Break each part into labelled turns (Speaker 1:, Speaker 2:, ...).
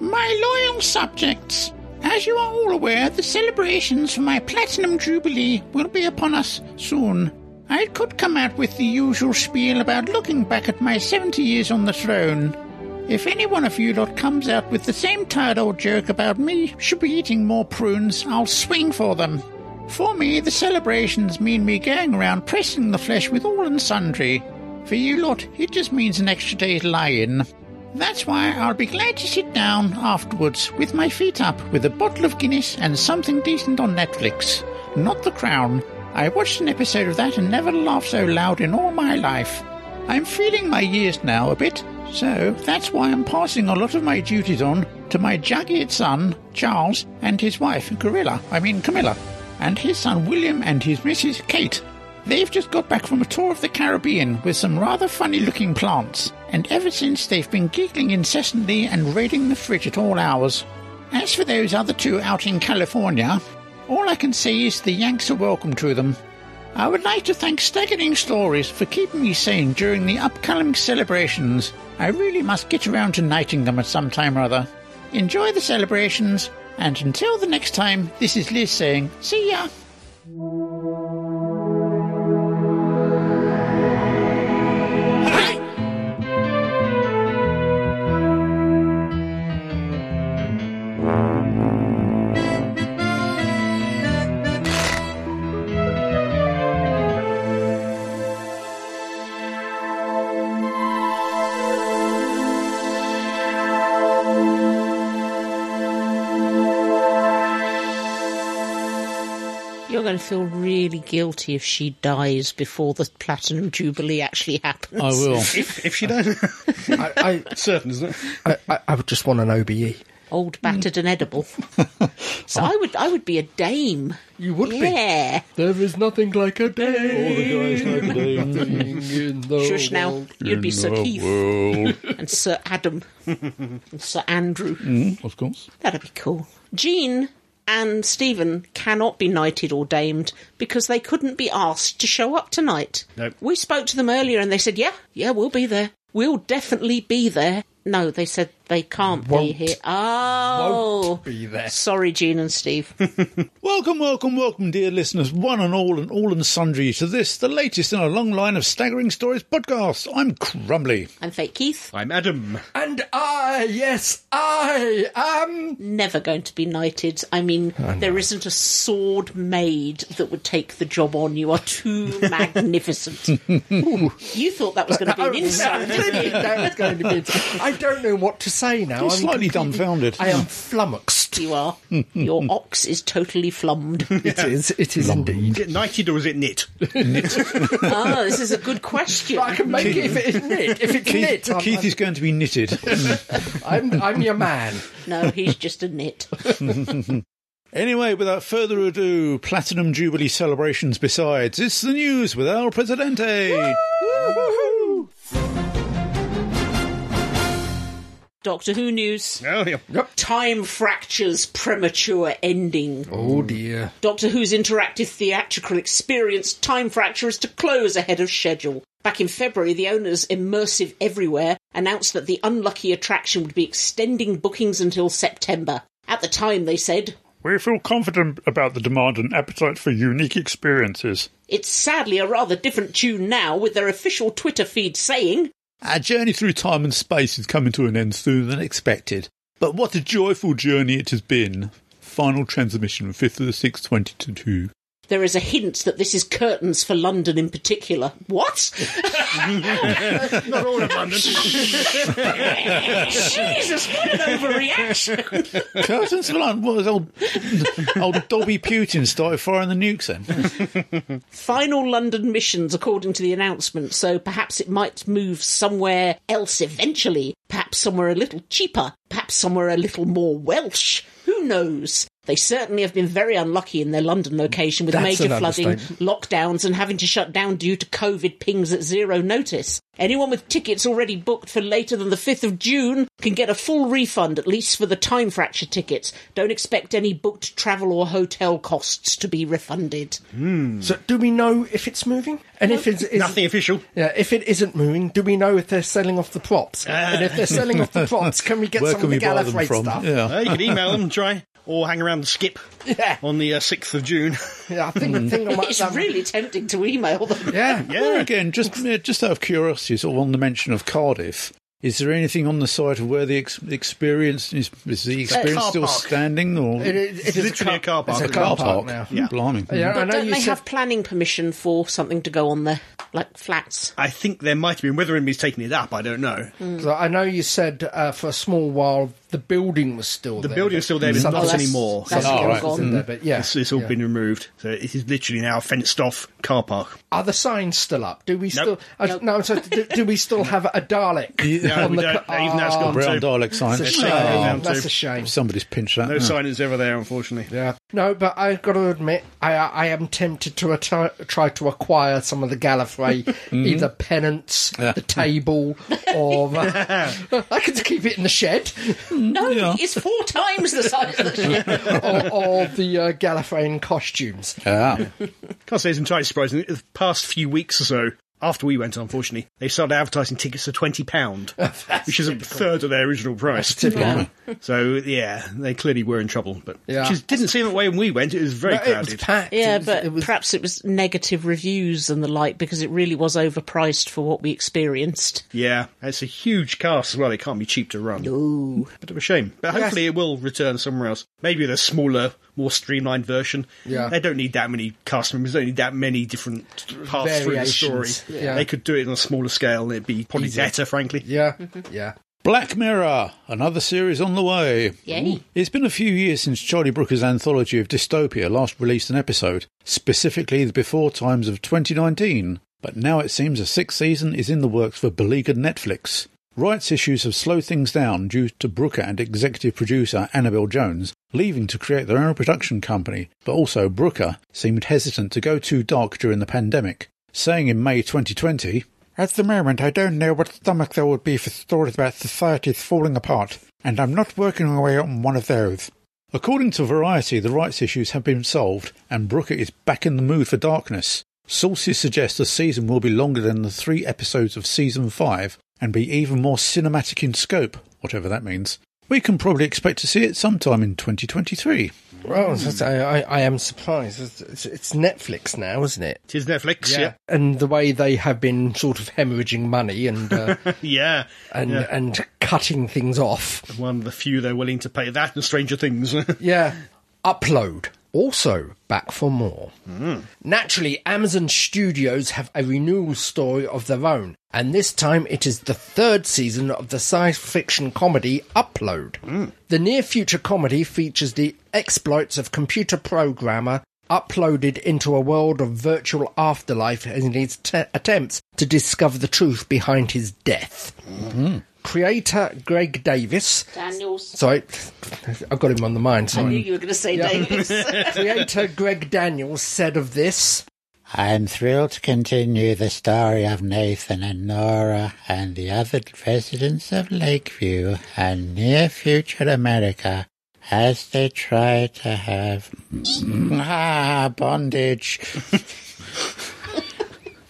Speaker 1: My loyal subjects, as you are all aware, the celebrations for my Platinum Jubilee will be upon us soon. I could come out with the usual spiel about looking back at my 70 years on the throne. If any one of you lot comes out with the same tired old joke about me should be eating more prunes, I'll swing for them. For me, the celebrations mean me going around pressing the flesh with all and sundry. For you lot, it just means an extra day's lie-in. That's why I'll be glad to sit down afterwards with my feet up with a bottle of Guinness and something decent on Netflix. Not The Crown. I watched an episode of that and never laughed so loud in all my life. I'm feeling my years now a bit, so that's why I'm passing a lot of my duties on to my jagged son, Charles, and his wife, Gorilla, I mean Camilla, and his son, William, and his Mrs. Kate. They've just got back from a tour of the Caribbean with some rather funny looking plants, and ever since they've been giggling incessantly and raiding the fridge at all hours. As for those other two out in California, all I can say is the Yanks are welcome to them. I would like to thank Staggering Stories for keeping me sane during the upcoming celebrations. I really must get around to knighting them at some time or other. Enjoy the celebrations, and until the next time, this is Liz saying, see ya!
Speaker 2: You're going to feel really guilty if she dies before the Platinum Jubilee actually happens.
Speaker 3: I will.
Speaker 4: If, if she does,
Speaker 5: I, I,
Speaker 4: certain, isn't it?
Speaker 5: I, I, I would just want an E. OBE.
Speaker 2: Old, battered, and edible. So I would, I would be a dame.
Speaker 5: You would
Speaker 2: Yeah.
Speaker 5: There is nothing like a day.
Speaker 2: Shush now. You'd be Sir Keith and Sir Adam and Sir Andrew.
Speaker 3: of course.
Speaker 2: That'd be cool. Jean and Stephen cannot be knighted or damed because they couldn't be asked to show up tonight.
Speaker 4: Nope.
Speaker 2: We spoke to them earlier and they said, yeah, yeah, we'll be there. We'll definitely be there. No, they said they can't be
Speaker 5: Won't.
Speaker 2: here. Oh.
Speaker 5: Won't be there.
Speaker 2: Sorry, Jean and Steve.
Speaker 3: Welcome, welcome, welcome, dear listeners, one and all and all and sundry, to this, the latest in a long line of staggering stories podcasts. I'm Crumbly.
Speaker 2: I'm Fake Keith.
Speaker 4: I'm Adam.
Speaker 5: And I, yes, I am.
Speaker 2: Never going to be knighted. I mean, there isn't a sword made that would take the job on. You are too magnificent. you thought that was going to be an insult, didn't you?
Speaker 5: Oh, That was going to be- I don't know what to say now.
Speaker 3: You're
Speaker 5: I'm
Speaker 3: slightly
Speaker 5: completely-
Speaker 3: dumbfounded.
Speaker 5: I am flummoxed.
Speaker 2: You are. Your ox is totally flummed.
Speaker 5: It is. It is
Speaker 4: Is
Speaker 5: indeed.
Speaker 4: it knighted or is it knit?
Speaker 2: Ah, this is a good question.
Speaker 5: I can make it if it is knit. If it's knit,
Speaker 3: Keith,
Speaker 5: I'm,
Speaker 3: Keith is going to be knitted.
Speaker 5: I'm, I'm, I'm your man.
Speaker 2: No, he's just a nit.
Speaker 3: anyway, without further ado, Platinum Jubilee celebrations besides, it's the news with our Presidente.
Speaker 2: Doctor Who news.
Speaker 4: Oh, yeah.
Speaker 2: Time fractures premature ending.
Speaker 5: Oh dear.
Speaker 2: Doctor Who's interactive theatrical experience Time Fracture is to close ahead of schedule. Back in February, the owners, Immersive Everywhere, announced that the unlucky attraction would be extending bookings until September. At the time, they said,
Speaker 6: We feel confident about the demand and appetite for unique experiences.
Speaker 2: It's sadly a rather different tune now, with their official Twitter feed saying,
Speaker 3: Our journey through time and space is coming to an end sooner than expected. But what a joyful journey it has been. Final transmission, 5th of the 6th, 2022.
Speaker 2: There is a hint that this is curtains for London in particular. What?
Speaker 4: Not all of London.
Speaker 2: Jesus, what an overreaction!
Speaker 3: Curtains for London. What, has old, old Dobby Putin started firing the nukes then?
Speaker 2: Final London missions, according to the announcement, so perhaps it might move somewhere else eventually. Perhaps somewhere a little cheaper. Perhaps somewhere a little more Welsh. Who knows? They certainly have been very unlucky in their London location with
Speaker 5: That's
Speaker 2: major
Speaker 5: an
Speaker 2: flooding,
Speaker 5: understatement.
Speaker 2: lockdowns, and having to shut down due to COVID pings at zero notice. Anyone with tickets already booked for later than the 5th of June can get a full refund, at least for the time fracture tickets. Don't expect any booked travel or hotel costs to be refunded.
Speaker 5: So, do we know if it's moving? And if it's is,
Speaker 4: Nothing official.
Speaker 5: Yeah, if it isn't moving, do we know if they're selling off the props?
Speaker 4: Ah.
Speaker 5: and if they're selling off the props, can we get
Speaker 1: Where
Speaker 5: some
Speaker 1: can
Speaker 5: of the
Speaker 1: we buy them
Speaker 5: Gallifrey
Speaker 1: from?
Speaker 5: stuff?
Speaker 1: Yeah.
Speaker 4: Uh, you can email them, try, or hang around the skip
Speaker 5: Yeah.
Speaker 4: on the uh, 6th of June.
Speaker 5: Yeah, I think I think I might.
Speaker 2: It's
Speaker 5: um,
Speaker 2: really tempting to email them.
Speaker 5: Yeah.
Speaker 1: There
Speaker 4: yeah.
Speaker 1: again, just yeah, just out of curiosity, sort of on the mention of Cardiff, is there anything on the site of where the ex- experience is, is the experience
Speaker 4: car
Speaker 1: still
Speaker 4: park.
Speaker 1: standing or
Speaker 5: Uh, It is- it is
Speaker 4: literally a car park.
Speaker 5: It's a car park now.
Speaker 1: Yeah. Blimey.
Speaker 5: Yeah, I
Speaker 2: But
Speaker 5: know
Speaker 2: don't
Speaker 5: you
Speaker 2: they
Speaker 5: said-
Speaker 2: have planning permission for something to go on there, like flats?
Speaker 4: I think there might have been whether anybody's taking it up. I don't know.
Speaker 2: Mm.
Speaker 5: So I know you said uh, for a small while the building was still
Speaker 4: The
Speaker 5: there.
Speaker 4: building is still there, but
Speaker 5: Some-
Speaker 4: not
Speaker 2: that's-
Speaker 4: anymore. Oh, Mm.
Speaker 2: that's
Speaker 5: Something
Speaker 1: all
Speaker 5: else
Speaker 1: right.
Speaker 5: is in there, but yeah.
Speaker 4: It's, it's all
Speaker 5: yeah.
Speaker 4: been removed, so it is literally now a fenced off car park.
Speaker 5: Are the signs still up? Do we still?
Speaker 4: Nope.
Speaker 5: Uh, No, so do, do we still have a Dalek?
Speaker 4: No,
Speaker 5: on
Speaker 4: we
Speaker 5: the
Speaker 4: don't.
Speaker 5: ca-
Speaker 4: Even that's gone
Speaker 1: Brown
Speaker 4: too.
Speaker 1: Dalek science.
Speaker 5: That's a
Speaker 4: shame.
Speaker 1: Oh,
Speaker 5: shame.
Speaker 4: down
Speaker 5: That's
Speaker 4: to-
Speaker 5: a shame.
Speaker 1: somebody's pinched that.
Speaker 4: No
Speaker 1: Yeah.
Speaker 4: sign is ever there, unfortunately.
Speaker 5: Yeah. No, but I've got to admit, I I am tempted to atti- try to acquire some of the Gallifrey, either
Speaker 4: Mm-hmm.
Speaker 5: pennants, the table, or uh, I could keep it in the shed,
Speaker 2: No,
Speaker 1: Yeah.
Speaker 2: it's four times the size of the ship.
Speaker 5: or, or the uh, Gallifreyan costumes.
Speaker 1: Ah,
Speaker 4: Can't say it's entirely surprising. The past few weeks or so, after we went, unfortunately, they started advertising tickets for twenty pound, which is a third of their original price.
Speaker 1: blimey.
Speaker 4: So yeah, they clearly were in trouble. But
Speaker 5: Yeah.
Speaker 4: which is- didn't seem that way when we went. It was very
Speaker 5: But it was
Speaker 4: crowded.
Speaker 5: packed.
Speaker 2: Yeah,
Speaker 5: It was-
Speaker 2: but
Speaker 5: it was-
Speaker 2: perhaps it was negative reviews and the like because it really was overpriced for what we experienced.
Speaker 4: yeah, it's a huge cast as well. It can't be cheap to run.
Speaker 2: Ooh.
Speaker 4: Bit of a shame, but hopefully it will return somewhere else. Maybe the smaller, more streamlined version.
Speaker 5: Yeah.
Speaker 4: they don't need that many cast members. They don't need that many different paths through the story.
Speaker 5: Variations, yeah.
Speaker 4: They could do it on a smaller scale, and it'd be probably better, frankly.
Speaker 5: yeah,
Speaker 2: Mm-hmm.
Speaker 5: yeah.
Speaker 1: Black Mirror, another series on the way.
Speaker 2: Yay.
Speaker 1: It's been a few years since Charlie Brooker's anthology of dystopia last released an episode, specifically the before times of 2019. But now it seems a sixth season is in the works for beleaguered Netflix. Rights issues have slowed things down due to Brooker and executive producer Annabelle Jones leaving to create their own production company, but also Brooker seemed hesitant to go too dark during the pandemic, saying in May 2020, At the moment, I don't know what stomach there would be for stories about societies falling apart, and I'm not working away on one of those. According to Variety, the rights issues have been solved, and Brooker is back in the mood for darkness. Sources suggest the season will be longer than the three episodes of season 5 and be even more cinematic in scope, whatever that means. We can probably expect to see it sometime in 2023.
Speaker 5: Well, that's- I, I, I am surprised. It's, it's- it's Netflix now, isn't it?
Speaker 4: It is Netflix. Yeah,
Speaker 5: And the way they have been sort of hemorrhaging money and uh,
Speaker 4: yeah.
Speaker 5: and
Speaker 4: Yeah.
Speaker 5: and cutting things off.
Speaker 4: One of the few they're willing to pay that and Stranger Things.
Speaker 5: Yeah. Upload. Also back for more. Naturally, Amazon Studios have a renewal story of their own, and this time it is the third season of the science fiction comedy Upload. The near future comedy features the exploits of computer programmer uploaded into a world of virtual afterlife in his te- attempts to discover the truth behind his death. Creator Greg Davis
Speaker 2: Daniels.
Speaker 5: Sorry, I've got him on the mind.
Speaker 2: I knew
Speaker 5: Sorry.
Speaker 2: you were going to say
Speaker 5: Yeah.
Speaker 2: Davis.
Speaker 5: Creator Greg Daniels said of this,
Speaker 7: I am thrilled to continue the story of Nathan and Nora and the other residents of Lakeview and near future America as they try to have ah, bondage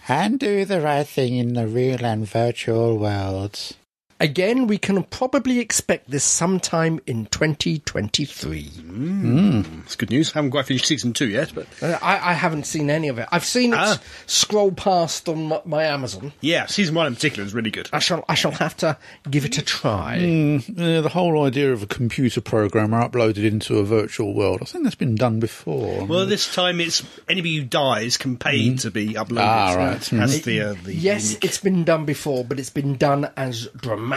Speaker 7: and do the right thing in the real and virtual worlds.
Speaker 5: again, we can probably expect this sometime in 2023.
Speaker 4: It's good news. Haven't quite finished season two yet, but
Speaker 5: Uh, I, I haven't seen any of it. I've seen it
Speaker 4: Ah.
Speaker 5: scroll past on my, my Amazon.
Speaker 4: yeah, season one in particular is really good.
Speaker 5: I shall, I shall have to give it a try.
Speaker 1: Uh, the whole idea of a computer programmer uploaded into a virtual world, I think that's been done before.
Speaker 4: Well, this time it's anybody who dies can pay to be uploaded.
Speaker 1: Ah, right.
Speaker 4: That's the, uh, the
Speaker 5: Yes, it's been done before, but it's been done as dramatic.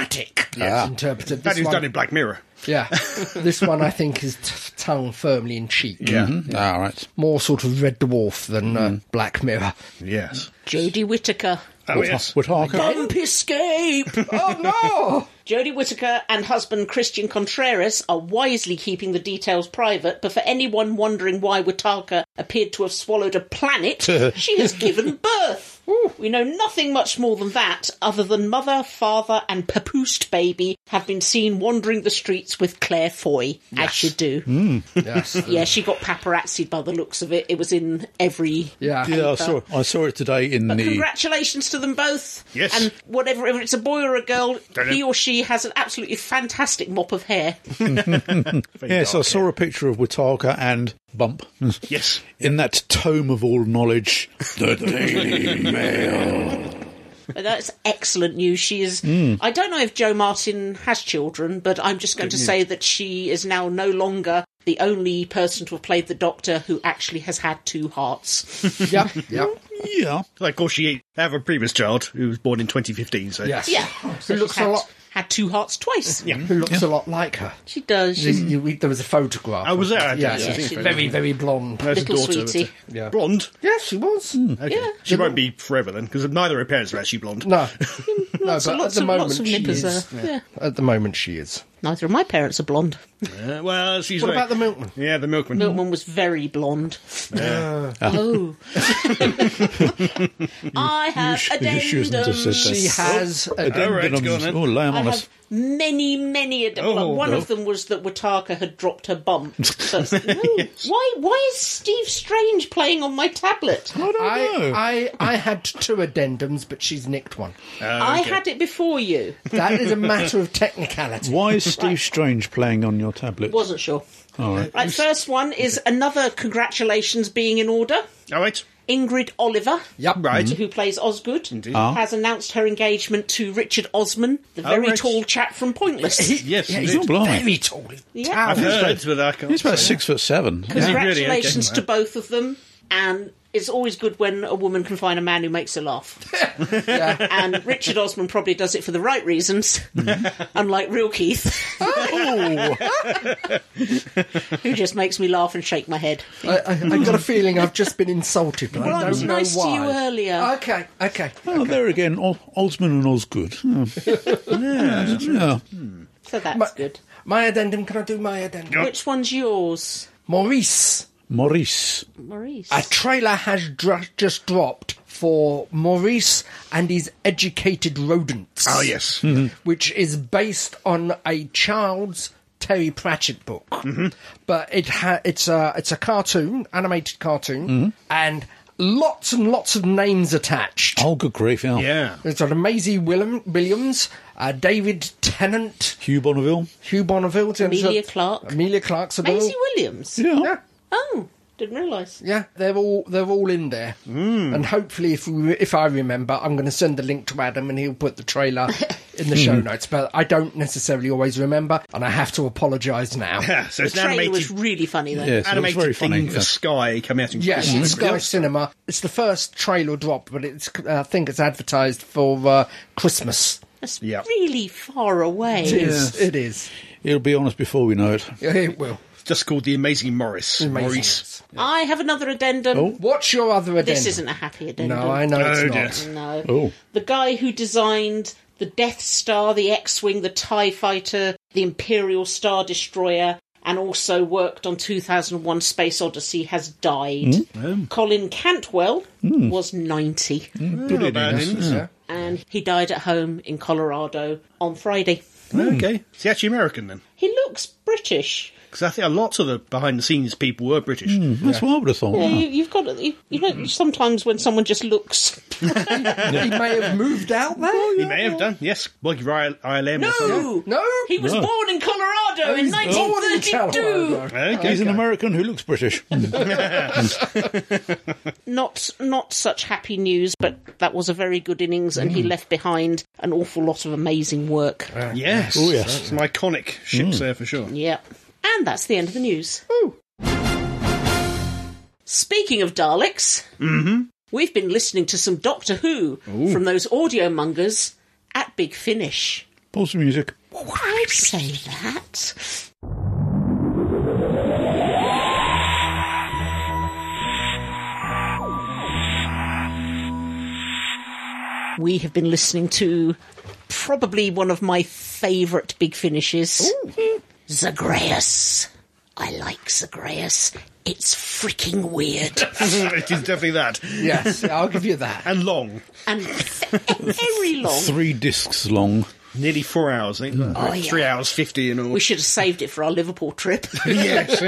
Speaker 5: Yes, interpreted.
Speaker 4: that
Speaker 5: This
Speaker 4: is
Speaker 5: one-
Speaker 4: done in Black Mirror.
Speaker 5: Yeah, this one I think is t- tongue firmly in cheek.
Speaker 4: Yeah. Mm-hmm.
Speaker 1: All Ah, right.
Speaker 4: Mm.
Speaker 5: more sort of Red Dwarf than uh, Black Mirror.
Speaker 4: Yes.
Speaker 2: Jodie Whittaker.
Speaker 4: Oh,
Speaker 1: would,
Speaker 4: yes.
Speaker 1: would Harker?
Speaker 2: Bump escape!
Speaker 5: Oh
Speaker 2: Jodie Whittaker and husband Christian Contreras are wisely keeping the details private, but for anyone wondering why Whittaker appeared to have swallowed a planet, she has given birth. We know nothing much more than that, other than mother, father, and papoosed baby have been seen wandering the streets with Claire Foy, as you do.
Speaker 4: Hmm.
Speaker 5: no! Yes.
Speaker 2: Yeah, she got paparazzied by the looks of it. It was in every
Speaker 5: Yeah.
Speaker 1: Yeah, I saw, I saw it today in the.
Speaker 2: Congratulations to them both.
Speaker 4: Yes.
Speaker 2: And whatever, if it's a boy or a girl,
Speaker 4: Don't know.
Speaker 2: he or she has an absolutely fantastic mop of hair.
Speaker 4: Very
Speaker 1: Yes, I
Speaker 4: dark,
Speaker 1: saw a picture of Wataka and Bump
Speaker 4: yeah. Yes.
Speaker 1: in that tome of all knowledge, the Daily Mail.
Speaker 2: But that's excellent news. She is. I don't know if Joe Martin has children, but I'm just going to say that she is now no longer the only person to have played the Doctor who actually has had two hearts.
Speaker 5: Yep. Yep.
Speaker 1: Yeah,
Speaker 4: Like, of course, she they have a previous child who was born in 2015. So
Speaker 5: Yes.
Speaker 2: yeah.
Speaker 5: Who looks
Speaker 2: had,
Speaker 5: a lot?
Speaker 2: Had two hearts twice. Yeah.
Speaker 5: Who looks a lot like her?
Speaker 2: She does. She's
Speaker 5: You- you- there was a photograph.
Speaker 4: I was
Speaker 5: of her.
Speaker 4: there. I did
Speaker 5: Yeah,
Speaker 4: see
Speaker 5: yeah,
Speaker 4: it.
Speaker 5: she's very, very blonde.
Speaker 4: There's a
Speaker 2: Little
Speaker 4: daughter.
Speaker 2: sweetie.
Speaker 4: that's it. Blonde.
Speaker 5: Yes, she was.
Speaker 2: Hmm.
Speaker 4: Okay. She won't be forever then, because neither her parents were actually blonde.
Speaker 5: No, no, but
Speaker 2: lots
Speaker 5: at the
Speaker 2: of-
Speaker 5: moment
Speaker 2: lots of
Speaker 5: she
Speaker 2: nippers
Speaker 5: is.
Speaker 2: there. Yeah.
Speaker 5: At the moment she is.
Speaker 2: Neither of my parents are blonde.
Speaker 4: Uh, well, she's.
Speaker 5: What
Speaker 4: like-
Speaker 5: about the milkman?
Speaker 4: Yeah, the milkman.
Speaker 2: Milkman was very blonde. Oh. I have
Speaker 1: sh- you shouldn't have said
Speaker 2: addendums.
Speaker 1: that.
Speaker 5: She has a
Speaker 4: All right,
Speaker 1: Addendums.
Speaker 4: go on then.
Speaker 1: Oh, lay 'em
Speaker 2: I
Speaker 1: on us.
Speaker 2: have many, many addendums.
Speaker 4: Oh,
Speaker 2: one
Speaker 4: no.
Speaker 2: of them was that Wataka had dropped her bump. But, no, Why? Why is Steve Strange playing on my tablet?
Speaker 1: I don't know.
Speaker 5: I, I, I had two addendums, but she's nicked one.
Speaker 2: I had it before you.
Speaker 5: That is a matter of technicality.
Speaker 1: Why is Steve Strange playing on your tablet?
Speaker 2: Wasn't sure.
Speaker 1: All right.
Speaker 2: Right, first one is another congratulations being in order.
Speaker 4: All right.
Speaker 2: Ingrid Oliver.
Speaker 5: Yep.
Speaker 4: Right.
Speaker 2: who plays Osgood,
Speaker 1: Ah.
Speaker 2: has announced her engagement to Richard Osman, the very
Speaker 4: right.
Speaker 2: tall chap from Pointless.
Speaker 4: Yes.
Speaker 5: Yeah,
Speaker 4: indeed.
Speaker 5: he's
Speaker 1: Oh, blimey.
Speaker 5: very tall. He's
Speaker 2: Yeah.
Speaker 5: towering.
Speaker 4: I've heard, but I can't
Speaker 1: He's about
Speaker 4: say.
Speaker 1: six foot seven.
Speaker 4: really? Okay.
Speaker 2: Congratulations to
Speaker 4: Wow.
Speaker 2: both of them, and it's always good when a woman can find a man who makes her laugh. And Richard Osman probably does it for the right reasons,
Speaker 5: Mm-hmm.
Speaker 2: unlike real Keith,
Speaker 5: Oh!
Speaker 2: who just makes me laugh and shake my head.
Speaker 5: I, I, I got a feeling I've just been insulted, but
Speaker 2: Well,
Speaker 5: I
Speaker 2: I
Speaker 5: don't
Speaker 2: was
Speaker 5: know
Speaker 2: nice to uh,
Speaker 5: why.
Speaker 2: you earlier.
Speaker 5: Okay, okay.
Speaker 1: Oh, there again, O- Oldsman and Osgood. Hmm. yeah, yeah.
Speaker 2: So that's good.
Speaker 5: My addendum, can I do my addendum?
Speaker 2: Which one's yours?
Speaker 5: Maurice,
Speaker 1: Maurice.
Speaker 2: Maurice.
Speaker 5: a trailer has dr- just dropped for Maurice and his educated rodents. Mm-hmm.
Speaker 4: Oh, yes.
Speaker 5: Hmm. which is based on a child's Terry Pratchett book, but it ha- it's a it's a cartoon, animated cartoon, and lots and lots of names attached.
Speaker 1: Oh, good grief, yeah.
Speaker 4: Yeah.
Speaker 5: It's got a Maisie Willem- Williams, uh, David Tennant,
Speaker 1: Hugh Bonneville.
Speaker 5: Hugh Bonneville,
Speaker 2: Amelia Clarke.
Speaker 5: Amelia Clark's a
Speaker 2: Maisie
Speaker 5: little-
Speaker 2: Williams.
Speaker 1: Yeah.
Speaker 5: Yeah.
Speaker 2: Oh, didn't realise.
Speaker 5: Yeah, they're all they're all in there, mm. and hopefully, if we, if I remember, I'm going to send the link to Adam, and he'll put the trailer in the show notes. But I don't necessarily always remember, and I have to apologise now.
Speaker 4: Yeah, so it's
Speaker 2: The
Speaker 4: an
Speaker 2: trailer
Speaker 4: animated,
Speaker 2: was really funny though.
Speaker 1: Yes, it was
Speaker 4: animated
Speaker 1: very
Speaker 4: thing
Speaker 1: funny.
Speaker 4: for
Speaker 1: yeah.
Speaker 4: Sky coming out in
Speaker 5: Yes, Mm-hmm.
Speaker 4: Christmas.
Speaker 5: it's Sky
Speaker 4: Yep.
Speaker 5: Cinema. It's the first trailer drop, but it's uh, I think it's advertised for uh, Christmas.
Speaker 2: That's
Speaker 4: Yep.
Speaker 2: really far away.
Speaker 5: It is. It is.
Speaker 1: It'll be on us before we know it.
Speaker 5: Yeah, It will.
Speaker 4: It's just called The Amazing Morris.
Speaker 5: Amazing.
Speaker 4: Maurice.
Speaker 2: I have another addendum.
Speaker 5: What's your other addendum?
Speaker 2: This isn't a happy addendum.
Speaker 5: No, I know
Speaker 4: Oh,
Speaker 5: it's
Speaker 4: yes.
Speaker 5: not.
Speaker 2: No.
Speaker 1: Oh.
Speaker 2: The guy who designed the Death Star, the X Wing, the TIE Fighter, the Imperial Star Destroyer, and also worked on 2001 Space Odyssey has died.
Speaker 5: Oh.
Speaker 2: Colin Cantwell was 90,
Speaker 4: Not bad, isn't it?
Speaker 2: and he died at home in Colorado on Friday.
Speaker 4: Okay. Is he actually American then?
Speaker 2: He looks British.
Speaker 4: Because I think a lot of the behind the scenes people were British.
Speaker 1: That's what I would have thought.
Speaker 2: You, you've got, you, you know, sometimes when someone just looks
Speaker 5: He may have moved out there.
Speaker 4: He may have done, yes. Working for I- ILM or something.
Speaker 2: No,
Speaker 5: No?
Speaker 2: He was
Speaker 1: No.
Speaker 2: born in Colorado in
Speaker 5: He's born in
Speaker 2: 1932.
Speaker 5: Colorado.
Speaker 4: Okay.
Speaker 1: He's an American who looks British.
Speaker 2: Not not such happy news, but that was a very good innings, and he left behind an awful lot of amazing work.
Speaker 4: Yes.
Speaker 1: Oh, yes.
Speaker 4: Some iconic ships there for sure.
Speaker 2: Yep. And that's the end of the news. Speaking of Daleks, we've been listening to some Doctor Who from those audio mongers at Big Finish.
Speaker 1: Pause the music.
Speaker 2: I'd say that. we have been listening to probably one of my favourite big finishes. Zagreus. I like Zagreus. It's freaking weird.
Speaker 4: it is definitely that.
Speaker 5: Yes, I'll give you that.
Speaker 4: And long.
Speaker 2: and very long.
Speaker 1: Three discs long.
Speaker 4: Nearly four hours, I think.
Speaker 2: Oh, yeah.
Speaker 4: Three hours, 50 and all.
Speaker 2: We should have saved it for our Liverpool trip.
Speaker 4: yes.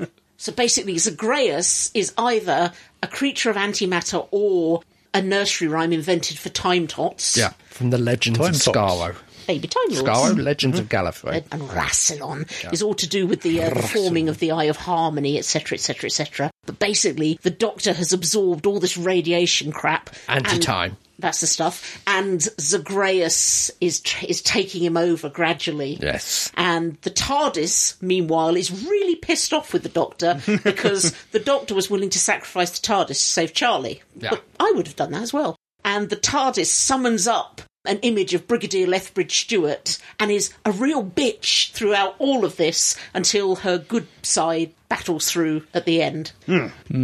Speaker 2: so basically, Zagreus is either a creature of antimatter or a nursery rhyme invented for time tots.
Speaker 5: Yeah, from the Legends
Speaker 1: Time
Speaker 5: of
Speaker 1: Tops.
Speaker 5: Scarlo.
Speaker 2: Baby time lords.
Speaker 5: Scarlo, Legends of Gallifrey.
Speaker 2: and Rassilon is all to do with the, uh, the forming of the Eye of Harmony, etc., etc., etc. But basically, the Doctor has absorbed all this radiation crap. and-
Speaker 5: Anti-time.
Speaker 2: That's the stuff. And Zagreus is t- is taking him over gradually.
Speaker 5: Yes.
Speaker 2: And the TARDIS, meanwhile, is really pissed off with the Doctor because the Doctor was willing to sacrifice the TARDIS to save Charlie.
Speaker 5: Yeah.
Speaker 2: But I would have done that as well. And the TARDIS summons up an image of Brigadier Lethbridge Stewart and is a real bitch throughout all of this until her good side battles through at the end. and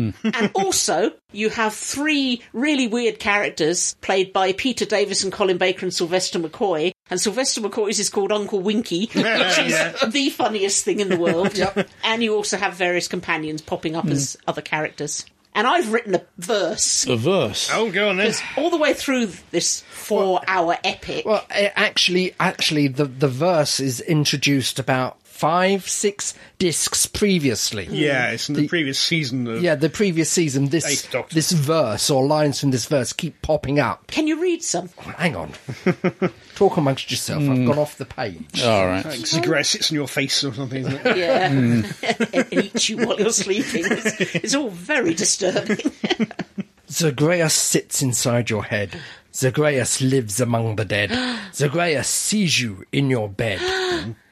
Speaker 2: also, you have three really weird characters played by Peter Davison, Colin Baker, and Sylvester McCoy. And Sylvester McCoy's is called Uncle Winky, which is the funniest thing in the world. And you also have various companions popping up as other characters. And I've written a verse
Speaker 1: A verse.
Speaker 4: oh, go on then.
Speaker 2: all the way through this four-hour epic.
Speaker 5: Well, it actually, actually, the the verse is introduced about five, six discs previously.
Speaker 4: Yeah, it's in the, previous season of.
Speaker 5: Yeah, the previous season, this
Speaker 4: Eighth Doctor.
Speaker 5: this verse or lines from this verse keep popping up.
Speaker 2: Can you read some?
Speaker 5: Hang on, talk amongst yourself. I've gone off the page.
Speaker 1: All right.
Speaker 4: Cigarette sits in your face or something, isn't it?
Speaker 2: Yeah, and eat you while you're sleeping. It's, it's all very disturbing.
Speaker 5: Zagreus sits inside your head. Zagreus lives among the dead. Zagreus sees you in your bed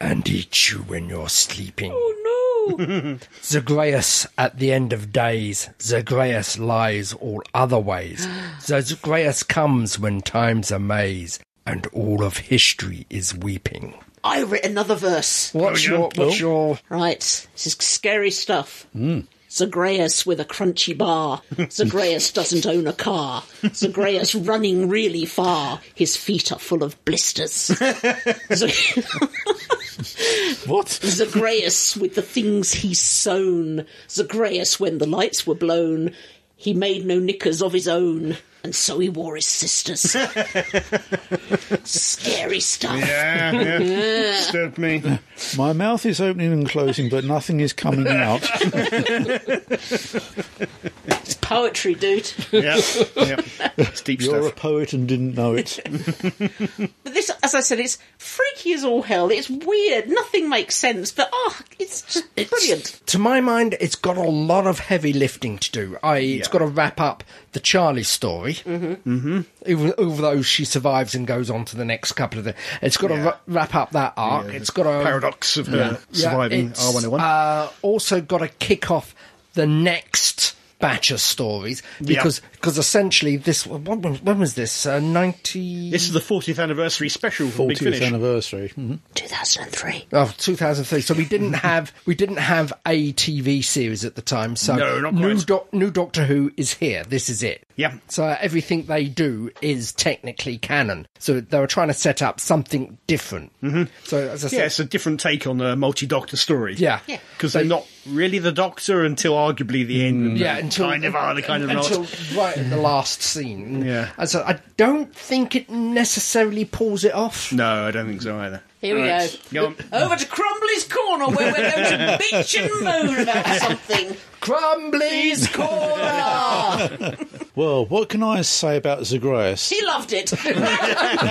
Speaker 5: and eats you when you're sleeping.
Speaker 2: Oh no!
Speaker 5: Zagreus at the end of days. Zagreus lies all other ways. Zagreus comes when time's a maze and all of history is weeping.
Speaker 2: I writ another verse.
Speaker 5: What's your what's your
Speaker 2: Right, this is scary stuff. Zagreus with a crunchy bar. Zagreus doesn't own a car. Zagreus running really far. His feet are full of blisters. Z-
Speaker 1: What?
Speaker 2: Zagreus with the things he's sown. Zagreus when the lights were blown. He made no knickers of his own, and so he wore his sisters. Scary stuff.
Speaker 4: Yeah, yeah. Disturbed me.
Speaker 1: My mouth is opening and closing, but nothing is coming out.
Speaker 2: It's poetry, dude.
Speaker 4: Yeah, yeah. It's deep
Speaker 1: You're a
Speaker 4: stuff.
Speaker 1: poet and didn't know it.
Speaker 2: But this, as I said, it's freaky as all hell. It's weird. Nothing makes sense. But ah, it's just brilliant.
Speaker 5: to my mind, it's got a lot of heavy lifting to do. I.e., it's got to wrap up the Charlie story, mm-hmm. Mm-hmm. Even, even though she survives and goes on to the next couple of the. It's got to
Speaker 4: Yeah.
Speaker 5: wra- wrap up that arc. it's got to
Speaker 4: Paradox of
Speaker 5: Yeah.
Speaker 4: her surviving
Speaker 5: it's,
Speaker 4: R101.
Speaker 5: Uh, also, got to kick off the next batch of stories because because essentially this when, when was this uh, ninety
Speaker 4: this is the 40th anniversary special for Big
Speaker 1: 40th
Speaker 4: Finish.
Speaker 1: anniversary. Mhm.
Speaker 2: 2003.
Speaker 5: Oh, 2003. So we didn't have we didn't have a TV series at the time. So
Speaker 4: No, not
Speaker 5: new
Speaker 4: quite.
Speaker 5: doc new Doctor Who is here. This is it.
Speaker 4: Yeah.
Speaker 5: So everything they do is technically canon. So they were trying to set up something different. Mm-hmm. So as I
Speaker 4: Yeah,
Speaker 5: said,
Speaker 4: it's a different take on a multi-doctor story.
Speaker 5: yeah,
Speaker 2: Yeah.
Speaker 4: because they're not really the Doctor until arguably the
Speaker 5: Mm.
Speaker 4: end.
Speaker 5: Yeah, until
Speaker 4: kind of are, they kind of
Speaker 5: until
Speaker 4: not.
Speaker 5: right at the last scene.
Speaker 4: Yeah.
Speaker 5: And so I don't think it necessarily pulls it off.
Speaker 4: No, I don't think so either.
Speaker 2: Here we
Speaker 4: Right.
Speaker 2: go.
Speaker 4: on.
Speaker 2: Over to Crumbly's Corner, where we're going to bitch and moan about something.
Speaker 5: Crumbly's corner.
Speaker 1: Well, what can I say about Zagreus?
Speaker 2: He loved it.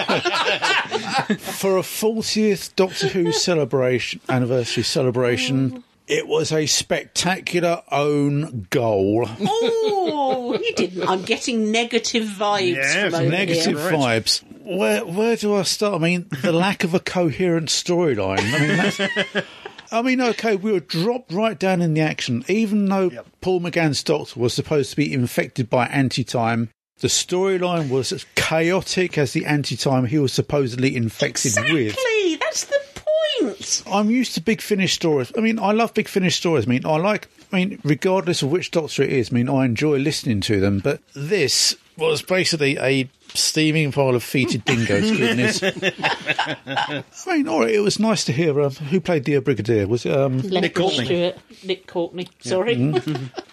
Speaker 1: For a 40th Doctor Who celebration anniversary celebration, it was a spectacular own goal.
Speaker 2: oh, he didn't. I'm getting negative vibes
Speaker 4: Yeah,
Speaker 2: from over
Speaker 1: Negative
Speaker 2: here.
Speaker 4: Right.
Speaker 1: vibes. Where where do I start? I mean, the lack of a coherent storyline. I mean, that's, I mean, okay, we were dropped right down in the action. Even though Paul McGann's Doctor was supposed to be infected by anti-time, the storyline was as chaotic as the anti-time he was supposedly infected with.
Speaker 2: Exactly. That's the point.
Speaker 1: I'm used to big finish stories. I mean, I love big finish stories. I mean, I like. I mean, regardless of which Doctor it is, I mean, I enjoy listening to them. But this was basically a steaming pile of feted dingoes. goodness. I mean, all right, it was nice to hear um, who played the Brigadier. Was it, um,
Speaker 2: Nick
Speaker 4: Courtney.
Speaker 2: Stewart. Nick Courtney. Sorry.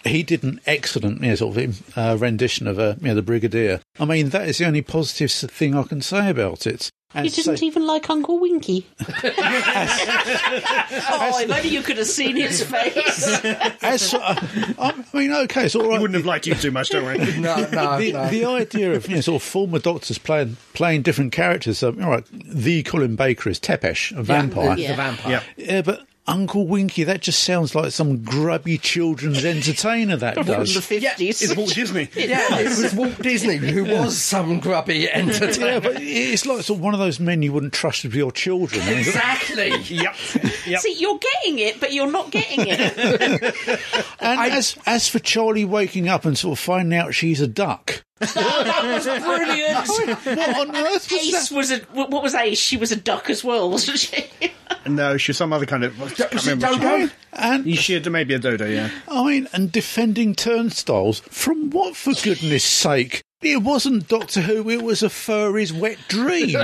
Speaker 1: he did an excellent you know, sort of uh, rendition of uh, you know, the Brigadier. I mean, that is the only positive s- thing I can say about it. And
Speaker 2: you didn't
Speaker 1: so-
Speaker 2: even like Uncle Winky. oh, if only you could have seen his face.
Speaker 1: as, I mean, okay, it's all
Speaker 4: He
Speaker 1: right.
Speaker 4: wouldn't have liked you too much, don't worry.
Speaker 5: No, no,
Speaker 1: the,
Speaker 5: no.
Speaker 1: the idea of you know, sort of former doctors playing playing different characters. Um, all right, the Colin Baker is Tepesh, a vampire.
Speaker 5: The vampire.
Speaker 4: Yeah.
Speaker 1: Yeah, but Uncle Winky, that just sounds like some grubby children's entertainer. That
Speaker 2: From the
Speaker 1: does.
Speaker 2: fifties.
Speaker 4: It's Walt Disney.
Speaker 5: Yeah, it was Walt Disney who was some grubby entertainer.
Speaker 1: Yeah, but it's like sort of one of those men you wouldn't trust with your children.
Speaker 5: exactly.
Speaker 4: Yep. Yep.
Speaker 2: See, you're getting it, but you're not getting it.
Speaker 1: And as as for Charlie waking up and sort of finding out she's a duck,
Speaker 2: Brilliant.
Speaker 1: what on earth was
Speaker 2: Ace
Speaker 1: that?
Speaker 2: was a wh- what was Ace? She was a duck as well, wasn't she?
Speaker 4: No, she's some other kind of. I can't
Speaker 5: Was it
Speaker 4: remember.
Speaker 5: Dodo?
Speaker 1: And
Speaker 4: You should maybe a dodo, yeah.
Speaker 1: I mean, and defending turnstiles from what, for goodness sake? It wasn't Doctor Who, it was a furry's wet dream.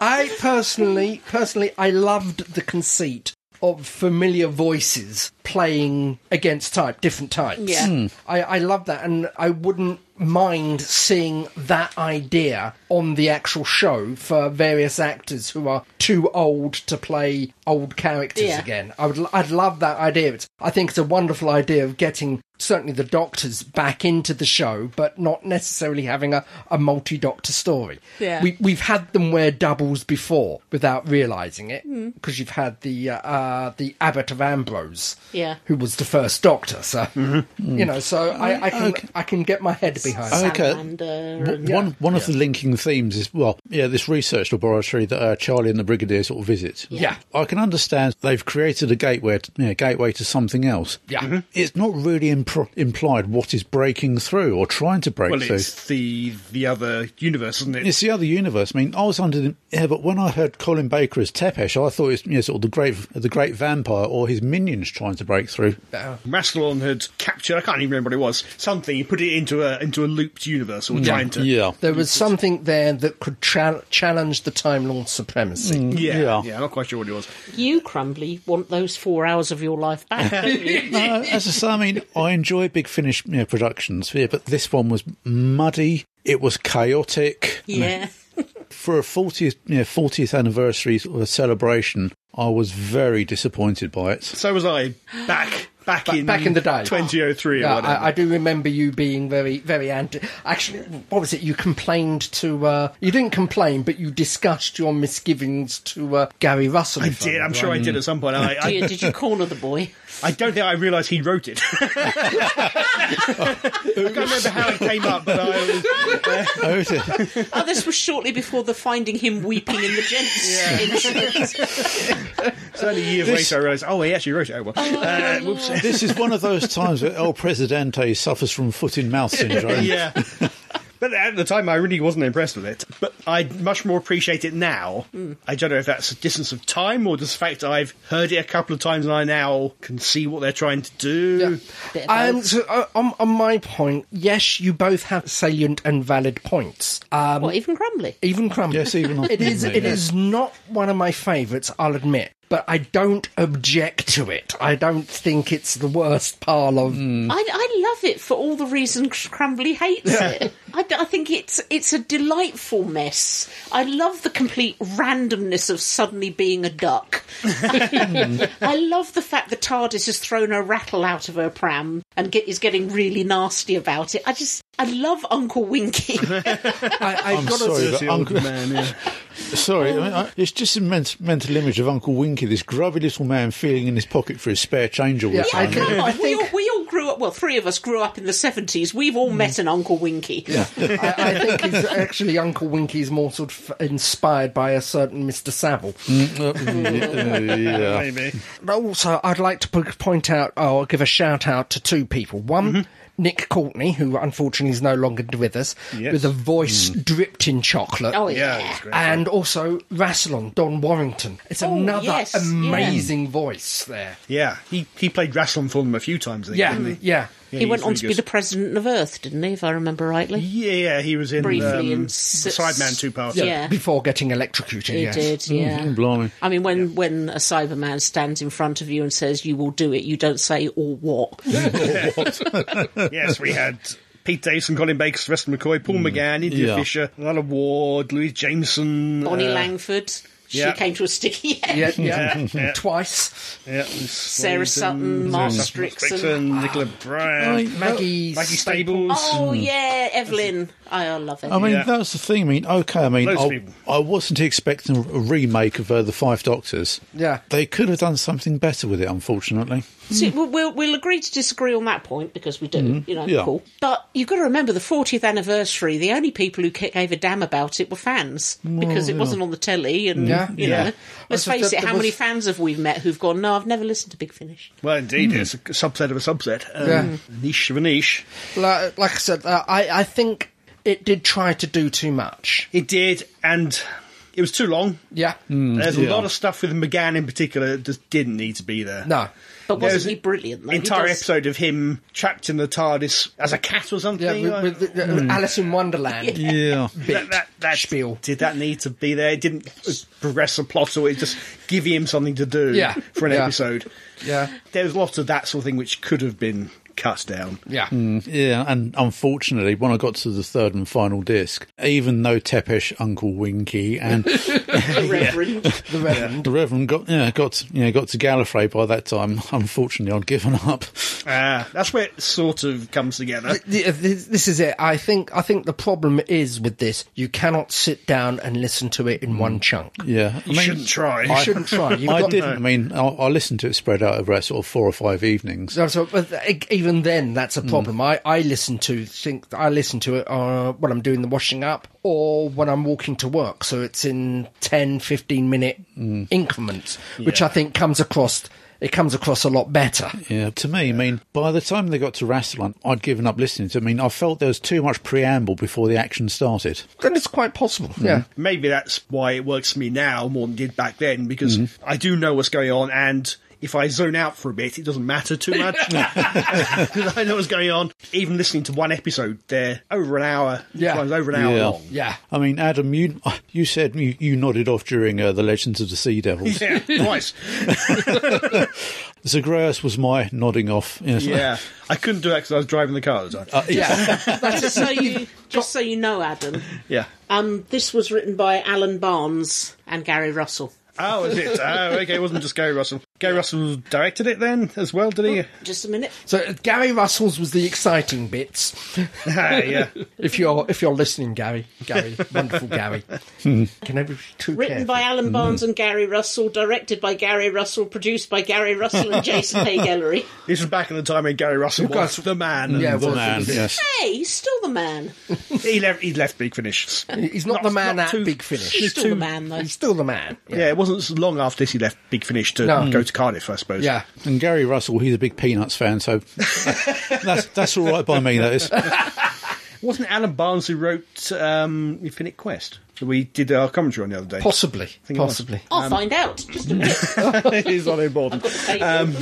Speaker 5: I personally, personally, I loved the conceit of familiar voices playing against type, different types.
Speaker 2: Yeah.
Speaker 5: I, I love that, and I wouldn't mind seeing that idea on the actual show for various actors who are too old to play old characters
Speaker 2: Yeah.
Speaker 5: again. I would, l- I'd love that idea. It's, I think it's a wonderful idea of getting certainly the doctors back into the show, but not necessarily having a, a multi-doctor story.
Speaker 2: Yeah.
Speaker 5: We, we've had them wear doubles before without realizing it
Speaker 2: Hmm.
Speaker 5: because you've had the uh, uh, the abbot of ambrose
Speaker 2: Yeah.
Speaker 5: who was the first doctor so
Speaker 4: Mm-hmm. Mm.
Speaker 5: you know so I, I can i can get my head behind
Speaker 4: Oh.
Speaker 5: that.
Speaker 1: Okay.
Speaker 2: Salamander
Speaker 1: W-
Speaker 2: and-
Speaker 1: One one of the linking themes is well, yeah, this research laboratory that uh, Charlie and the Brigadier sort of visit.
Speaker 5: Yeah.
Speaker 1: I can understand they've created a gateway, to, yeah, gateway to something else.
Speaker 5: Yeah. Mhm.
Speaker 1: it's not really impro- implied what is breaking through or trying to break
Speaker 4: Well,
Speaker 1: through.
Speaker 4: it's the the other universe, isn't it?
Speaker 1: It's the other universe. I mean, I was under the yeah, but when I heard Colin Baker as Tepesh, I thought it's you know, sort of the great the great vampire or his minions trying to break through.
Speaker 4: Rassilon had captured. I can't even remember what it was. Something. He put it into a into a looped universe, or trying to.
Speaker 1: Yeah,
Speaker 5: there was something there that could tra- challenge the time lord's supremacy
Speaker 4: Yeah,
Speaker 1: Yeah.
Speaker 4: yeah, I'm not quite sure what it was.
Speaker 2: You, Crumbly, want those four hours of your life back, don't you?
Speaker 1: No, as I say, I mean, I enjoy big Finish you know, productions, yeah, but this one was muddy. It was chaotic.
Speaker 2: yeah.
Speaker 1: For a 40th, you know, 40th anniversary sort of celebration, I was very disappointed by it.
Speaker 4: So was I back back,
Speaker 5: Ba-
Speaker 4: in
Speaker 5: back in the day.
Speaker 4: 2003 or
Speaker 5: Yeah,
Speaker 4: whatever.
Speaker 5: I, I do remember you being very, very anti. Actually, what was it? You complained to. Uh, you didn't complain, but you discussed your misgivings to uh, Gary Russell.
Speaker 4: I did. I'm sure I did at some point. I,
Speaker 2: Dear,
Speaker 4: I,
Speaker 2: did you corner the boy?
Speaker 4: I don't think I realised he wrote it. I can't remember how it came up, but I was,
Speaker 1: Oh, is it?
Speaker 2: Oh, this was shortly before the finding him weeping in the gents incident.
Speaker 4: certainly years
Speaker 1: This-
Speaker 4: later I realised. Oh, he actually wrote it. Oh well. Uh, whoops.
Speaker 1: this is one of those times where El Presidente suffers from foot in mouth syndrome.
Speaker 4: yeah. But at the time, I really wasn't impressed with it. But I much more appreciate it now.
Speaker 2: Hmm.
Speaker 4: I don't know if that's a distance of time or just the fact that I've heard it a couple of times and I now can see what they're trying to do.
Speaker 5: And so, uh, on, on my point, yes, you both have salient and valid points. Um,
Speaker 2: What, even Crumbly?
Speaker 5: even crumbly.
Speaker 1: Yes, even on
Speaker 5: it is.
Speaker 1: crumbly,
Speaker 5: It
Speaker 1: yeah.
Speaker 5: is not one of my favourites. I'll admit, but I don't object to it. I don't think it's the worst pile of.
Speaker 1: Mm.
Speaker 2: I, I love it for all the reasons Crumbly hates it. I, d- I think it's it's a delightful mess. I love the complete randomness of suddenly being a duck. I love the fact the TARDIS has thrown a rattle out of her pram and get, is getting really nasty about it. I just I love Uncle Winky.
Speaker 5: I, I've
Speaker 1: I'm
Speaker 5: got
Speaker 1: sorry,
Speaker 5: to.
Speaker 1: but Uncle,
Speaker 4: Man, yeah.
Speaker 1: sorry, I
Speaker 5: Oh.
Speaker 1: mean, I, it's just a ment- mental image of Uncle Winky, this grubby little man feeling in his pocket for his spare change all
Speaker 5: Yeah,
Speaker 1: the
Speaker 5: I
Speaker 1: time.
Speaker 5: think-
Speaker 2: Come on, we,
Speaker 5: think- Mm.
Speaker 2: all, we all grew up. Well, three of us grew up in the seventies. We've all met an Uncle Winky.
Speaker 5: I, I think he's actually Uncle Winky's more sort of inspired by a certain Mr. Savile.
Speaker 1: Mm. yeah.
Speaker 4: Maybe.
Speaker 5: But also, I'd like to p- point out, oh, I'll give a shout out to two people. One, Nick Courtney, who unfortunately is no longer with us,
Speaker 4: Yes.
Speaker 5: with a voice dripped in chocolate.
Speaker 2: Oh
Speaker 4: Yeah,
Speaker 2: yeah.
Speaker 4: it's great.
Speaker 5: And also Rassilon, Don Warrington. It's
Speaker 2: Oh,
Speaker 5: another
Speaker 2: yes, yeah.
Speaker 5: amazing voice there.
Speaker 4: yeah, he, he played Rassilon for them a few times, I think,
Speaker 5: Yeah,
Speaker 4: didn't he?
Speaker 5: yeah.
Speaker 4: Yeah,
Speaker 2: he
Speaker 4: he's
Speaker 2: went on
Speaker 4: really
Speaker 2: to be
Speaker 4: good.
Speaker 2: the president of Earth, didn't he? If I remember rightly,
Speaker 4: Yeah, he was in
Speaker 2: briefly
Speaker 4: um,
Speaker 2: in S-
Speaker 4: Sideman two part.
Speaker 2: Yeah,
Speaker 5: Before getting electrocuted,
Speaker 2: he
Speaker 5: yes.
Speaker 2: did. Yeah.
Speaker 1: Blimey.
Speaker 2: I mean, when, when a Cyberman stands in front of you and says, you will do it, you don't say, or what.
Speaker 4: yes, we had Pete Davidson, Colin Baker, Sylvester McCoy,
Speaker 2: Hmm.
Speaker 4: Paul McGann, India
Speaker 1: Yeah.
Speaker 4: Fisher, Lana Ward, Louise Jameson,
Speaker 2: Bonnie
Speaker 4: uh,
Speaker 2: Langford, she
Speaker 4: yeah.
Speaker 2: came to a sticky end.
Speaker 5: Yeah, yeah. Twice.
Speaker 4: yeah,
Speaker 2: Sarah Sutton, Mark Strickson.
Speaker 4: Nicola Bryant,
Speaker 5: Maggie
Speaker 4: Maggie Stables.
Speaker 2: Oh, yeah, Evelyn. I, I love it.
Speaker 1: I mean,
Speaker 4: Yeah.
Speaker 1: that's the thing. I mean, okay, I mean,
Speaker 4: Loads of
Speaker 1: I,
Speaker 4: people.
Speaker 1: I wasn't expecting a remake of uh, The Five Doctors.
Speaker 5: Yeah.
Speaker 1: They could have done something better with it, unfortunately.
Speaker 2: See, we'll, we'll, we'll agree to disagree on that point because we do, you know,
Speaker 1: yeah.
Speaker 2: cool. But you've got to remember the 40th anniversary, the only people who ca- gave a damn about it were fans because it wasn't on the telly and,
Speaker 5: Yeah,
Speaker 2: you
Speaker 5: yeah.
Speaker 2: know. Let's
Speaker 5: That's just
Speaker 2: face
Speaker 5: that
Speaker 2: it,
Speaker 5: there
Speaker 2: how many
Speaker 5: was-
Speaker 2: fans have we met who've gone, no, I've never listened to Big Finish?
Speaker 4: Well, indeed, it's a subset of a subset. Um,
Speaker 5: Hmm. Yeah.
Speaker 4: Niche of a niche.
Speaker 5: Like, like I said, uh, I, I think it did try to do too much.
Speaker 4: It did, and it was too long.
Speaker 5: Yeah.
Speaker 4: There's
Speaker 1: yeah.
Speaker 4: a lot of stuff with McGann in particular that just didn't need to be there.
Speaker 5: No.
Speaker 2: But
Speaker 4: There's
Speaker 2: wasn't he brilliant? Though? He
Speaker 4: entire
Speaker 2: does-
Speaker 4: episode of him trapped in the TARDIS as a cat or
Speaker 5: Yeah,
Speaker 4: something. like-
Speaker 5: with, with, uh, Alice in Wonderland.
Speaker 1: Yeah.
Speaker 4: that, that, that
Speaker 5: spiel.
Speaker 4: Did that need to be there? It didn't progress the plot, or it just give him something to do
Speaker 5: Yeah.
Speaker 4: for an
Speaker 5: Yeah.
Speaker 4: episode.
Speaker 5: Yeah.
Speaker 4: There's lots of that sort of thing which could have been cut down.
Speaker 5: Yeah.
Speaker 1: Yeah, and unfortunately, when I got to the third and final disc, even though Tepesh, Uncle Winky, and
Speaker 2: the Reverend.
Speaker 5: The Reverend.
Speaker 1: the Reverend got yeah got you know got to Gallifrey by that time, unfortunately, I'd given up.
Speaker 4: Ah, that's where it sort of comes together.
Speaker 5: Th- th- This is it. I think. I think the problem is with this. You cannot sit down and listen to it in one chunk.
Speaker 1: Yeah, I
Speaker 4: You shouldn't try.
Speaker 5: You Mm. shouldn't try. You've
Speaker 1: I
Speaker 5: got-
Speaker 1: didn't. I mean, I, I listened to it spread out over sort of four or five evenings.
Speaker 5: So, so, but e- even then, that's a problem. I, I listen to think I listen to it uh, when I'm doing the washing up or when I'm walking to work. So it's in 10, 15 minute increments, which I think comes across. It comes across a lot better.
Speaker 1: Yeah, to me, I mean, by the time they got to Rassilon, I'd given up listening to. it. I mean, I felt there was too much preamble before the action started.
Speaker 5: Then it's quite possible. Yeah.
Speaker 4: Maybe that's why it works for me now more than it did back then, because
Speaker 5: Mm-hmm.
Speaker 4: I do know what's going on, and if I zone out for a bit, it doesn't matter too much. Because I know what's going on. Even listening to one episode, they're over an hour,
Speaker 5: Yeah.
Speaker 4: sometimes over an hour
Speaker 1: Yeah.
Speaker 4: long.
Speaker 5: Yeah.
Speaker 1: I mean, Adam, you you said you, you nodded off during uh, the Legends of the Sea Devils.
Speaker 4: Yeah, twice.
Speaker 1: Zagreus was my nodding off. Yes.
Speaker 4: Yeah, I couldn't do that because I was driving the car at the time.
Speaker 5: Uh. Mm. Yeah.
Speaker 2: just, so you, just so you know, Adam,
Speaker 4: yeah.
Speaker 2: um, this was written by Alan Barnes and Gary Russell.
Speaker 4: Oh, is it? Oh, okay. It wasn't just Gary Russell. Gary Russell directed it then as well, did he?
Speaker 2: Just a minute.
Speaker 5: so uh, Gary Russell's was the exciting bits.
Speaker 4: Ah, yeah.
Speaker 5: If you're if you're listening, Gary, Gary, wonderful Gary. Can I be too
Speaker 2: Written
Speaker 5: careful? Mm.
Speaker 2: by Alan Barnes and Gary Russell, directed by Gary Russell, produced by Gary Russell and Jason Hay Gellery.
Speaker 4: This was back in the time when Gary Russell was the man.
Speaker 5: Yeah,
Speaker 1: the
Speaker 5: well,
Speaker 1: man. Yes.
Speaker 2: Hey, he's still the man.
Speaker 4: He left. He left Big Finish.
Speaker 5: He's not, the man at
Speaker 4: too-
Speaker 5: Big Finish.
Speaker 2: He's still the man, though.
Speaker 5: He's still the man.
Speaker 4: Yeah, it wasn't so long after this he left Big Finish to
Speaker 5: No.
Speaker 4: go to Cardiff, I suppose.
Speaker 5: Yeah.
Speaker 1: And Gary Russell, he's a big Peanuts fan, so that's that's all right by me. That is.
Speaker 4: Wasn't Alan Barnes who wrote um, Infinite Quest that we did our commentary on the other day?
Speaker 5: Possibly.
Speaker 4: it was.
Speaker 5: Possibly.
Speaker 2: I'll find out. Just a minute.
Speaker 4: He's not
Speaker 2: I've
Speaker 4: involved.
Speaker 2: got to say.
Speaker 5: um,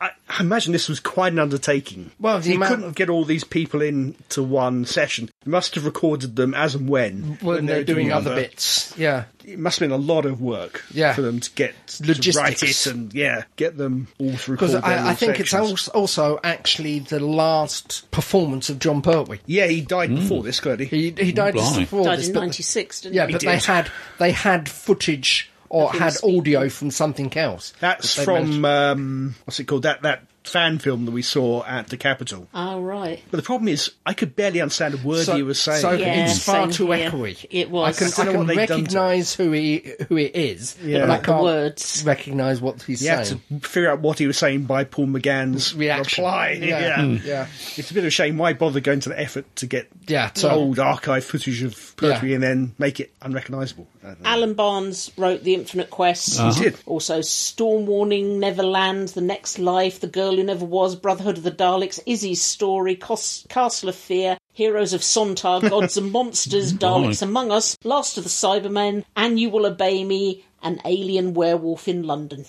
Speaker 4: I, I imagine this was quite an undertaking.
Speaker 5: Well, the
Speaker 4: he
Speaker 5: amount-
Speaker 4: couldn't get all these people in to one session. He must have recorded them as and when
Speaker 5: when they're
Speaker 4: were
Speaker 5: doing other bits. Yeah.
Speaker 4: It must have been a lot of work
Speaker 5: Yeah.
Speaker 4: for them to get to write
Speaker 5: Logistics.
Speaker 4: it and yeah, get them all to record.
Speaker 5: Because
Speaker 4: their
Speaker 5: I, I
Speaker 4: little
Speaker 5: think it's
Speaker 4: sections.
Speaker 5: als- also actually the last performance of John Pertwee.
Speaker 4: yeah, he died before this, Cody.
Speaker 5: He, he died just
Speaker 1: blimey.
Speaker 5: before
Speaker 2: died
Speaker 5: this,
Speaker 2: in
Speaker 5: but-
Speaker 2: 96, didn't
Speaker 5: Yeah,
Speaker 2: he?
Speaker 5: but they
Speaker 4: did.
Speaker 5: had they had footage or
Speaker 2: Of him
Speaker 5: had
Speaker 2: speaking.
Speaker 5: audio from something else.
Speaker 4: That's
Speaker 5: that they
Speaker 4: from
Speaker 5: managed-
Speaker 4: um, what's it called? That that fan film that we saw at the Capitol.
Speaker 2: Oh, right.
Speaker 4: But the problem is, I could barely understand a word
Speaker 5: So-
Speaker 4: he was saying.
Speaker 5: so-
Speaker 2: Yeah,
Speaker 5: It's far
Speaker 2: same
Speaker 5: too
Speaker 2: here.
Speaker 5: echoey.
Speaker 2: It
Speaker 5: I
Speaker 2: was.
Speaker 5: can,
Speaker 4: don't
Speaker 5: I
Speaker 4: know
Speaker 5: can
Speaker 4: what they've done to
Speaker 5: recognise who he who he is,
Speaker 4: Yeah.
Speaker 5: but I
Speaker 4: Like
Speaker 2: the
Speaker 5: can't
Speaker 2: words.
Speaker 5: recognise what he's
Speaker 4: you have to
Speaker 5: saying.
Speaker 4: figure out what he was saying by Paul McGann's
Speaker 5: Reaction.
Speaker 4: reply.
Speaker 5: Yeah.
Speaker 4: Hmm.
Speaker 5: Mm. Yeah.
Speaker 4: It's a bit of a shame. Why bother going to the effort to get
Speaker 5: Yeah, so-
Speaker 4: old archive footage of Pertwee
Speaker 5: Yeah.
Speaker 4: and then make it unrecognisable? I don't know.
Speaker 2: Alan Barnes wrote The Infinite Quest.
Speaker 4: He did.
Speaker 2: Also, Storm Warning, Neverland, The Next Life, The Girl Who Never Was, Brotherhood of the Daleks, Izzy's Story, Cos- Castle of Fear, Heroes of Sontar, Gods and Monsters, Daleks Among Us, Last of the Cybermen, And You Will Obey Me, An Alien Werewolf in London.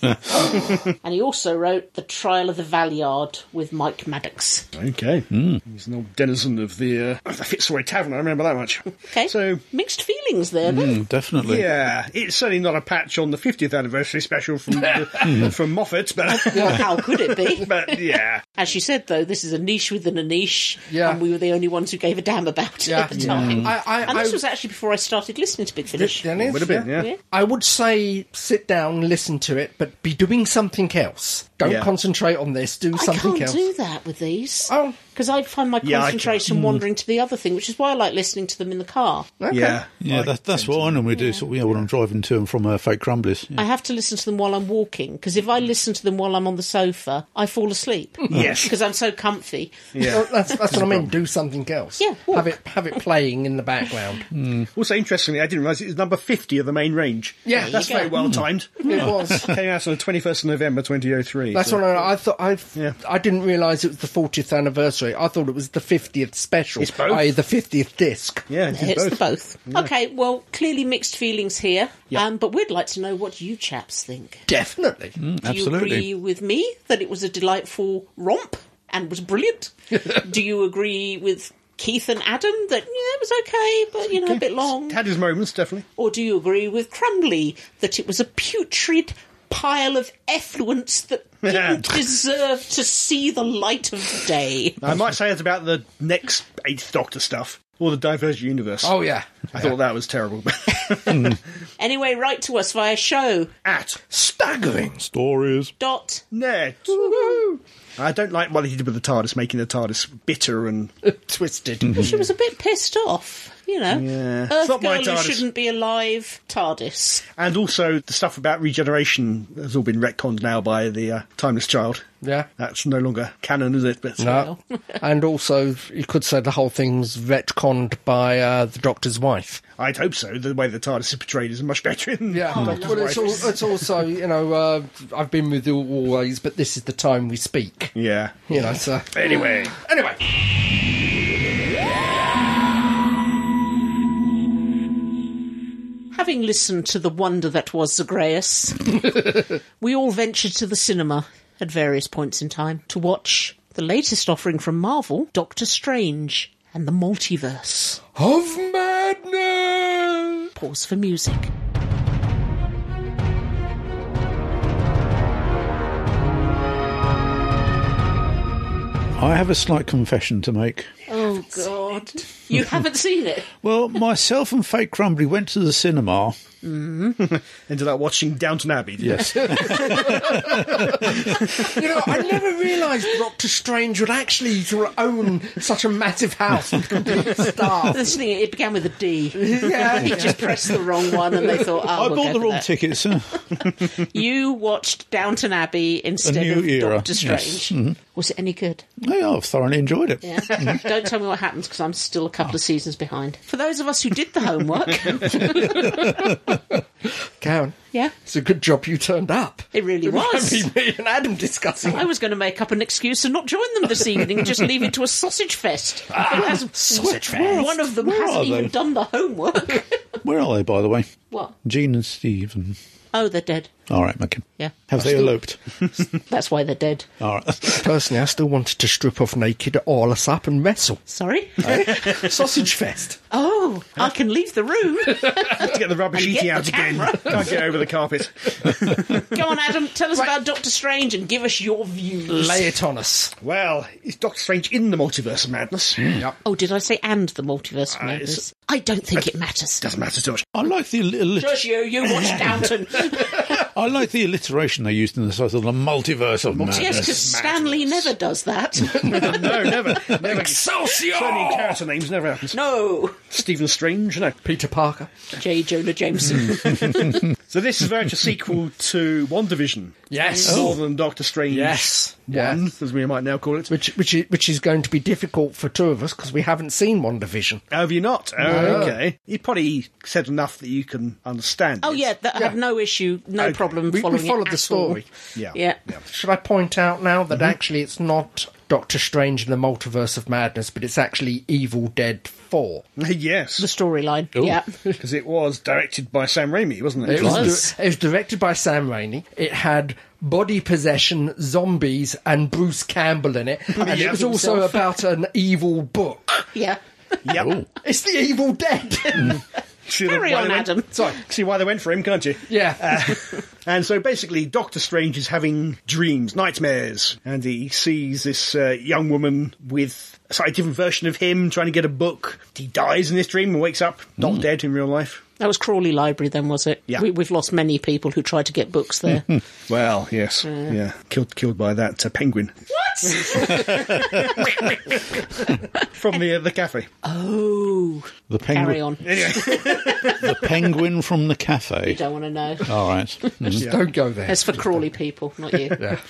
Speaker 2: and he also wrote The Trial of the Valliard with Mike Maddox.
Speaker 4: Okay.
Speaker 5: Hmm.
Speaker 4: He's an old denizen of the, uh, of the Fitzroy Tavern, I remember that much.
Speaker 2: Okay.
Speaker 4: So,
Speaker 2: Mixed feelings there, though.
Speaker 1: Mm, definitely.
Speaker 4: yeah, it's certainly not a patch on the 50th anniversary special from, uh, from Moffat, but,
Speaker 2: Well, how could it be?
Speaker 4: but yeah.
Speaker 2: As you said, though, this is a niche within a niche,
Speaker 5: Yeah.
Speaker 2: and we were the only ones who gave a damn about it
Speaker 5: Yeah. Mm.
Speaker 2: at the time.
Speaker 5: I, I,
Speaker 2: and
Speaker 5: I,
Speaker 2: this was actually before I started listening to Big Finish.
Speaker 5: Then it's-
Speaker 4: Hmm. Would have been, yeah.
Speaker 2: Yeah.
Speaker 5: I would say sit down, listen to it, but be doing something else. Don't
Speaker 4: Yeah.
Speaker 5: concentrate on this. Do
Speaker 2: I
Speaker 5: something
Speaker 2: can't
Speaker 5: else.
Speaker 2: do that with these.
Speaker 5: Oh. Hmm.
Speaker 2: Because I find my
Speaker 4: Yeah, I
Speaker 2: concentration wandering to the other thing, which is why I like listening to them in the car.
Speaker 5: Okay.
Speaker 4: Yeah.
Speaker 1: Yeah,
Speaker 4: Like,
Speaker 1: that, that's what I normally do. Sort of, yeah, when I'm driving to and from uh, fake crumblies. Yeah.
Speaker 2: I have to listen to them while I'm walking, because if I listen to them while I'm on the sofa, I fall asleep.
Speaker 4: Yes.
Speaker 2: Because I'm so comfy.
Speaker 5: Well,
Speaker 4: yeah.
Speaker 5: that's that's what I mean. Do something else.
Speaker 2: Yeah, walk.
Speaker 5: have it have it playing in the background.
Speaker 4: Also, interestingly, I didn't realise it was number 50 of the main range.
Speaker 5: Yeah. There you
Speaker 4: That's
Speaker 2: go.
Speaker 4: very well timed.
Speaker 5: It was.
Speaker 4: Came out on the 21st of November 2003.
Speaker 5: That's
Speaker 4: so-
Speaker 5: what I, I thought. I
Speaker 4: Yeah.
Speaker 5: I didn't realise it was the 40th anniversary. I thought it was the 50th special,
Speaker 4: It's both.
Speaker 5: i.e. the 50th disc.
Speaker 4: Yeah, it did
Speaker 2: It's
Speaker 4: both.
Speaker 2: the both. Okay, well, clearly mixed feelings here, um, but we'd like to know what you chaps think.
Speaker 5: Definitely.
Speaker 4: Mm.
Speaker 2: Do you agree
Speaker 1: Absolutely.
Speaker 2: with me that it was a delightful romp and was brilliant? Do you agree with Keith and Adam that yeah, it was okay, but you know, a bit long?
Speaker 4: Had his moments, definitely.
Speaker 2: Or do you agree with Crumbly that it was a putrid pile of effluence that didn't deserve to see the light of day?
Speaker 4: I might say it's about the next Eighth Doctor stuff or the Divergent Universe.
Speaker 5: Oh yeah.
Speaker 4: I thought that was terrible.
Speaker 2: Anyway, write to us via show
Speaker 4: At
Speaker 5: Staggering.
Speaker 1: Stories.
Speaker 2: dot
Speaker 4: net. I don't like what he did with the TARDIS, making the TARDIS bitter and
Speaker 5: Twisted.
Speaker 4: Mm-hmm.
Speaker 2: She was a bit pissed off, you know.
Speaker 4: Yeah. It's
Speaker 2: Earth
Speaker 4: not my
Speaker 2: girl who
Speaker 4: TARDIS.
Speaker 2: shouldn't be alive, TARDIS.
Speaker 4: and also the stuff about regeneration has all been retconned now by the uh, Timeless Child.
Speaker 5: Yeah.
Speaker 4: That's no longer canon, is it? But
Speaker 5: No. Uh, and also, you could say the whole thing's retconned by uh, the Doctor's wife.
Speaker 4: I'd hope so. The way the TARDIS is portrayed is much better. Than
Speaker 5: Yeah,
Speaker 4: the Doctor's
Speaker 5: Oh, well, it's,
Speaker 4: wife.
Speaker 5: al- it's also you know uh, I've been with you always, but this is the time we speak.
Speaker 4: yeah.
Speaker 5: You know, so
Speaker 4: Anyway,
Speaker 5: anyway,
Speaker 2: Having listened to the wonder that was Zagreus, we all ventured to the cinema at various points in time to watch the latest offering from Marvel, Doctor Strange and the Multiverse.
Speaker 5: of madness.
Speaker 2: Pause for music.
Speaker 1: I have a slight confession to make.
Speaker 2: Oh, God. You haven't seen it?
Speaker 1: Well, myself and Fake Crumbly went to the cinema.
Speaker 4: ended up watching Downton Abbey. didn't
Speaker 1: Yes.
Speaker 5: You know, I never realised Doctor Strange would actually sort of own such a massive house with complete staff.
Speaker 2: This thing, it began with a D.
Speaker 5: Yeah,
Speaker 2: He just pressed the wrong one and they thought, oh,
Speaker 1: I
Speaker 2: we'll go
Speaker 1: bought the
Speaker 2: for
Speaker 1: wrong
Speaker 2: that.
Speaker 1: tickets. uh,
Speaker 2: You watched Downton Abbey instead
Speaker 1: new
Speaker 2: of
Speaker 1: era,
Speaker 2: Doctor
Speaker 1: yes.
Speaker 2: Strange. Was it any good?
Speaker 1: yeah, I've thoroughly enjoyed it.
Speaker 2: Yeah. Don't tell me what happens because I'm still a couple of seasons behind. Mm-hmm. Oh. For those of us who did the homework,
Speaker 5: Karen,
Speaker 2: yeah,
Speaker 5: it's a good job you turned up.
Speaker 2: it really
Speaker 5: That'd
Speaker 2: was.
Speaker 5: be me and Adam discussing.
Speaker 2: I was going to make up an excuse and not join them this evening and just leave it to a sausage fest. Ah, sausage
Speaker 1: fest.
Speaker 2: One of them
Speaker 1: Where
Speaker 2: hasn't
Speaker 1: are they?
Speaker 2: even done the homework.
Speaker 1: Where are they, by the way?
Speaker 2: what?
Speaker 1: Gene and Steve. And...
Speaker 2: Oh, they're dead.
Speaker 1: All right, Mackin.
Speaker 2: Yeah.
Speaker 1: Have they eloped?
Speaker 2: That's why they're dead.
Speaker 1: All right.
Speaker 5: Personally, I still wanted to strip off naked, all us up, and wrestle.
Speaker 2: Sorry?
Speaker 5: Sausage fest.
Speaker 2: Oh, I can leave the room.
Speaker 4: I? To get the rubbish
Speaker 2: And
Speaker 4: eating
Speaker 2: get
Speaker 4: out
Speaker 2: the
Speaker 4: again. Can't get over the carpet.
Speaker 2: Go on, Adam, tell us about Doctor Strange and give us your views.
Speaker 5: Lay it on us.
Speaker 4: Well, is Doctor Strange in the multiverse of madness?
Speaker 2: Oh, did I say and the multiverse of madness? I don't think it matters.
Speaker 4: Doesn't matter too much.
Speaker 1: I like the alli-
Speaker 2: Just you, you watch Downton.
Speaker 1: I like the alliteration they used in the title, the multiverse of madness.
Speaker 2: yes, because Stanley never does that.
Speaker 4: No, never. Never.
Speaker 5: Excelsior!
Speaker 4: Certainly character names never happens.
Speaker 2: no.
Speaker 4: Stephen Strange, no.
Speaker 5: Peter Parker.
Speaker 2: J. Jonah Jameson.
Speaker 4: So this is very much a sequel to WandaVision.
Speaker 5: Yes.
Speaker 2: Oh.
Speaker 4: More than Doctor Strange
Speaker 5: Yeah.
Speaker 4: 1, as we might now call it.
Speaker 5: Which, which, is, which is going to be difficult for two of us because we haven't seen One Division.
Speaker 4: Have you not? Oh, okay. You probably said enough that you can understand.
Speaker 2: oh,
Speaker 4: it.
Speaker 2: yeah, that, I have no issue, no
Speaker 4: Okay.
Speaker 2: problem
Speaker 5: We, we
Speaker 2: following it
Speaker 5: followed
Speaker 2: at
Speaker 5: the story.
Speaker 2: all.
Speaker 4: Yeah.
Speaker 2: Yeah.
Speaker 5: Mm-hmm. Should I point out now that actually it's not Doctor Strange and the Multiverse of Madness, but it's actually Evil Dead 4.
Speaker 2: The
Speaker 4: yes,
Speaker 2: storyline.
Speaker 1: Ooh.
Speaker 2: Yeah.
Speaker 4: because it was directed by Sam Raimi, wasn't it?
Speaker 5: It was,
Speaker 2: was.
Speaker 5: it was directed by Sam Raimi. It had body possession, zombies, and Bruce Campbell in it. And it
Speaker 4: Yeah,
Speaker 5: was also
Speaker 4: himself.
Speaker 5: about an evil book. Mm.
Speaker 2: Yeah.
Speaker 4: Yep.
Speaker 5: It's the Evil Dead.
Speaker 4: See the-
Speaker 2: Carry
Speaker 4: why
Speaker 2: on,
Speaker 4: they went-
Speaker 2: Adam.
Speaker 5: Sorry.
Speaker 4: See why they went for him, can't you?
Speaker 5: Yeah.
Speaker 4: And so basically, Doctor Strange is having dreams, nightmares, and he sees this uh, young woman with a slightly different version of him trying to get a book. He dies in this dream and wakes up, not dead in real life.
Speaker 2: That was Crawley Library, then, was it?
Speaker 4: Yeah.
Speaker 2: We, we've lost many people who tried to get books there.
Speaker 4: Well, yes, yeah, killed killed by that uh, penguin
Speaker 2: what?
Speaker 4: from the uh, the cafe.
Speaker 2: Oh,
Speaker 1: The
Speaker 2: carry
Speaker 1: penguin,
Speaker 2: on.
Speaker 1: the penguin from the cafe.
Speaker 2: Don't want to know.
Speaker 1: All right. Mm.
Speaker 5: Don't go there.
Speaker 2: That's for Crawley people, not you.
Speaker 4: But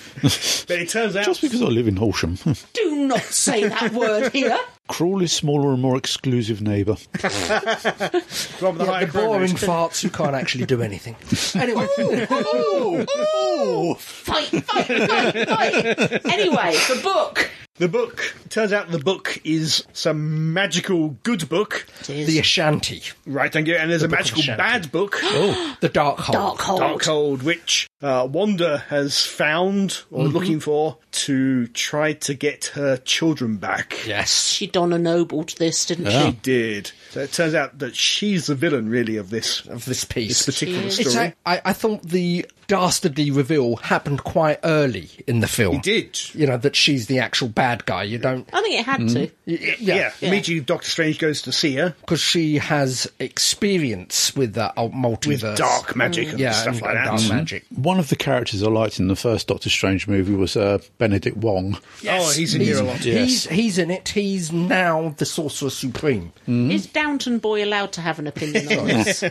Speaker 4: it turns out
Speaker 1: Just because I live in Holsham,
Speaker 2: Do not say that word here.
Speaker 1: Crawley's smaller and more exclusive neighbour.
Speaker 4: from the
Speaker 5: Yeah,
Speaker 4: higher
Speaker 5: the boring
Speaker 4: crime
Speaker 5: farts who can't actually do anything. Anyway,
Speaker 1: Oh,
Speaker 2: Fight, fight, fight, fight. Anyway, the book.
Speaker 4: the book it turns out the book is some magical good book,
Speaker 5: the Ashanti,
Speaker 4: right? Thank you. And there's a
Speaker 5: Book of
Speaker 4: magical
Speaker 5: Shadow.
Speaker 4: bad book.
Speaker 5: the Oh. Dark Hole.
Speaker 2: Darkhold.
Speaker 4: Darkhold, which uh, Wanda has found or
Speaker 5: Mm-hmm.
Speaker 4: looking for to try to get her children back.
Speaker 5: Yes.
Speaker 2: She Donna Nobled this, didn't
Speaker 1: Yeah.
Speaker 2: she?
Speaker 4: Did so? It turns out that she's the villain, really, of this
Speaker 5: Of this piece.
Speaker 4: this particular
Speaker 2: She is.
Speaker 4: story.
Speaker 5: It's a, I, I thought the dastardly reveal happened quite early in the film.
Speaker 4: It did.
Speaker 5: You know, that she's the actual bad guy. You don't.
Speaker 2: I think it had to.
Speaker 5: y-
Speaker 4: Yeah.
Speaker 5: Yeah.
Speaker 4: Immediately, Doctor Strange goes to see her
Speaker 5: Because she has experience with the uh, multiverse.
Speaker 4: with dark magic and
Speaker 5: yeah,
Speaker 4: stuff
Speaker 5: and-
Speaker 4: like
Speaker 5: and
Speaker 4: that. Mm-hmm.
Speaker 5: dark magic.
Speaker 1: One of the characters I liked in the first Doctor Strange movie was uh, Benedict Wong.
Speaker 4: Oh, he's in here a lot.
Speaker 5: He's, he's in it. He's now the Sorcerer Supreme.
Speaker 2: Is Downton Boy allowed to have an opinion on this?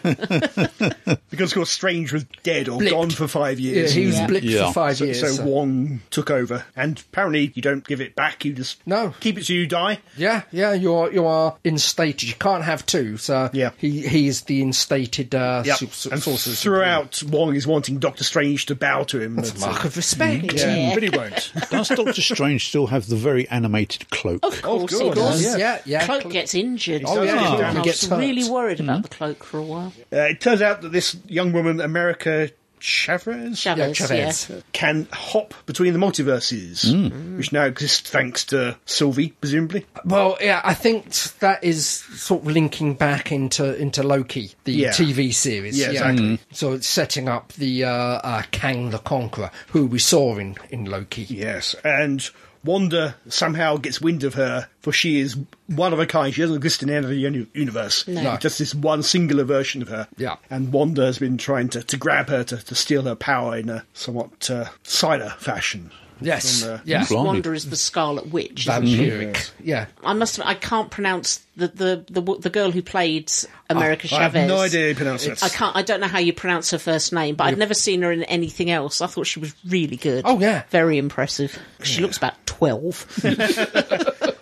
Speaker 4: Because, of course, Strange was dead or
Speaker 5: Blipped.
Speaker 4: gone for five
Speaker 5: Yeah,
Speaker 4: years.
Speaker 5: he was
Speaker 2: Yeah.
Speaker 5: blipped
Speaker 1: Yeah.
Speaker 5: for five
Speaker 4: so,
Speaker 5: years.
Speaker 4: so
Speaker 5: so-
Speaker 4: Wong took over, and apparently you don't give it back. You just
Speaker 5: No.
Speaker 4: keep it till you die.
Speaker 5: Yeah, yeah, you are you are instated. You can't have two, so
Speaker 4: Yeah.
Speaker 5: he he is the instated uh,
Speaker 4: Yep.
Speaker 5: su- su-
Speaker 4: and
Speaker 5: sorcerer
Speaker 4: throughout, Wong is wanting Doctor Strange to bow to him.
Speaker 5: supreme. mark of respect.
Speaker 4: Mm-hmm. yeah,
Speaker 2: Yeah.
Speaker 4: but he won't.
Speaker 1: Does Doctor Strange still have the very animated cloak?
Speaker 2: Of course,
Speaker 4: course,
Speaker 2: he does.
Speaker 5: Yeah, yeah.
Speaker 2: Cloak gets injured.
Speaker 4: Oh, yeah,
Speaker 2: I
Speaker 4: he
Speaker 2: was
Speaker 5: gets hurt.
Speaker 2: really worried about the cloak for a while.
Speaker 4: Uh, it turns out that this young woman, America Chavez,
Speaker 5: Yeah,
Speaker 2: Chavez, yeah.
Speaker 5: Chavez.
Speaker 4: can hop between the multiverses, which now exists thanks to Sylvie, presumably.
Speaker 5: Well, yeah, I think that is sort of linking back into into Loki, the
Speaker 4: Yeah.
Speaker 5: TV series. Mm.
Speaker 4: Yeah, exactly.
Speaker 5: So it's setting up the uh, uh, Kang the Conqueror, who we saw in in Loki.
Speaker 4: Yes, and Wanda somehow gets wind of her, for she is one of a kind. She doesn't exist in any other uni- universe.
Speaker 2: No.
Speaker 4: Just this one singular version of her.
Speaker 5: Yeah.
Speaker 4: And Wanda has been trying to, to grab her, to, to steal her power in a somewhat uh, cider fashion.
Speaker 5: Yes,
Speaker 4: From, uh,
Speaker 5: yeah,
Speaker 1: Blimey.
Speaker 2: Wanda is the Scarlet Witch. isn't she?
Speaker 5: vampiric. Yeah,
Speaker 2: I must. admit, I can't pronounce the the the, w- the girl who played America
Speaker 4: I have
Speaker 2: Chavez.
Speaker 4: no idea how you pronounce it.
Speaker 2: I can't. I don't know how you pronounce her first name, but I'd never seen her in anything else. I thought she was really good.
Speaker 5: Oh, yeah.
Speaker 2: very impressive. She looks about twelve.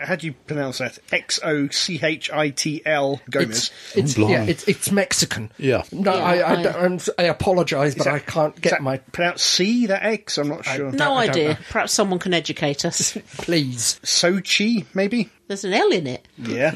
Speaker 4: How do you pronounce that? X O C H I T L Gomez.
Speaker 5: It's,
Speaker 1: Blimey.
Speaker 5: yeah, it's, it's Mexican.
Speaker 1: Yeah.
Speaker 5: No,
Speaker 2: Yeah,
Speaker 5: I, I,
Speaker 2: I-
Speaker 5: don't- I'm, s- I apologize, but I can't get my
Speaker 4: Pronounce C that X? I'm not sure.
Speaker 2: no
Speaker 5: I don't
Speaker 2: idea.
Speaker 5: know.
Speaker 2: Perhaps someone can educate us.
Speaker 5: please.
Speaker 4: Sochi, maybe?
Speaker 2: There's an L in it.
Speaker 4: Yeah.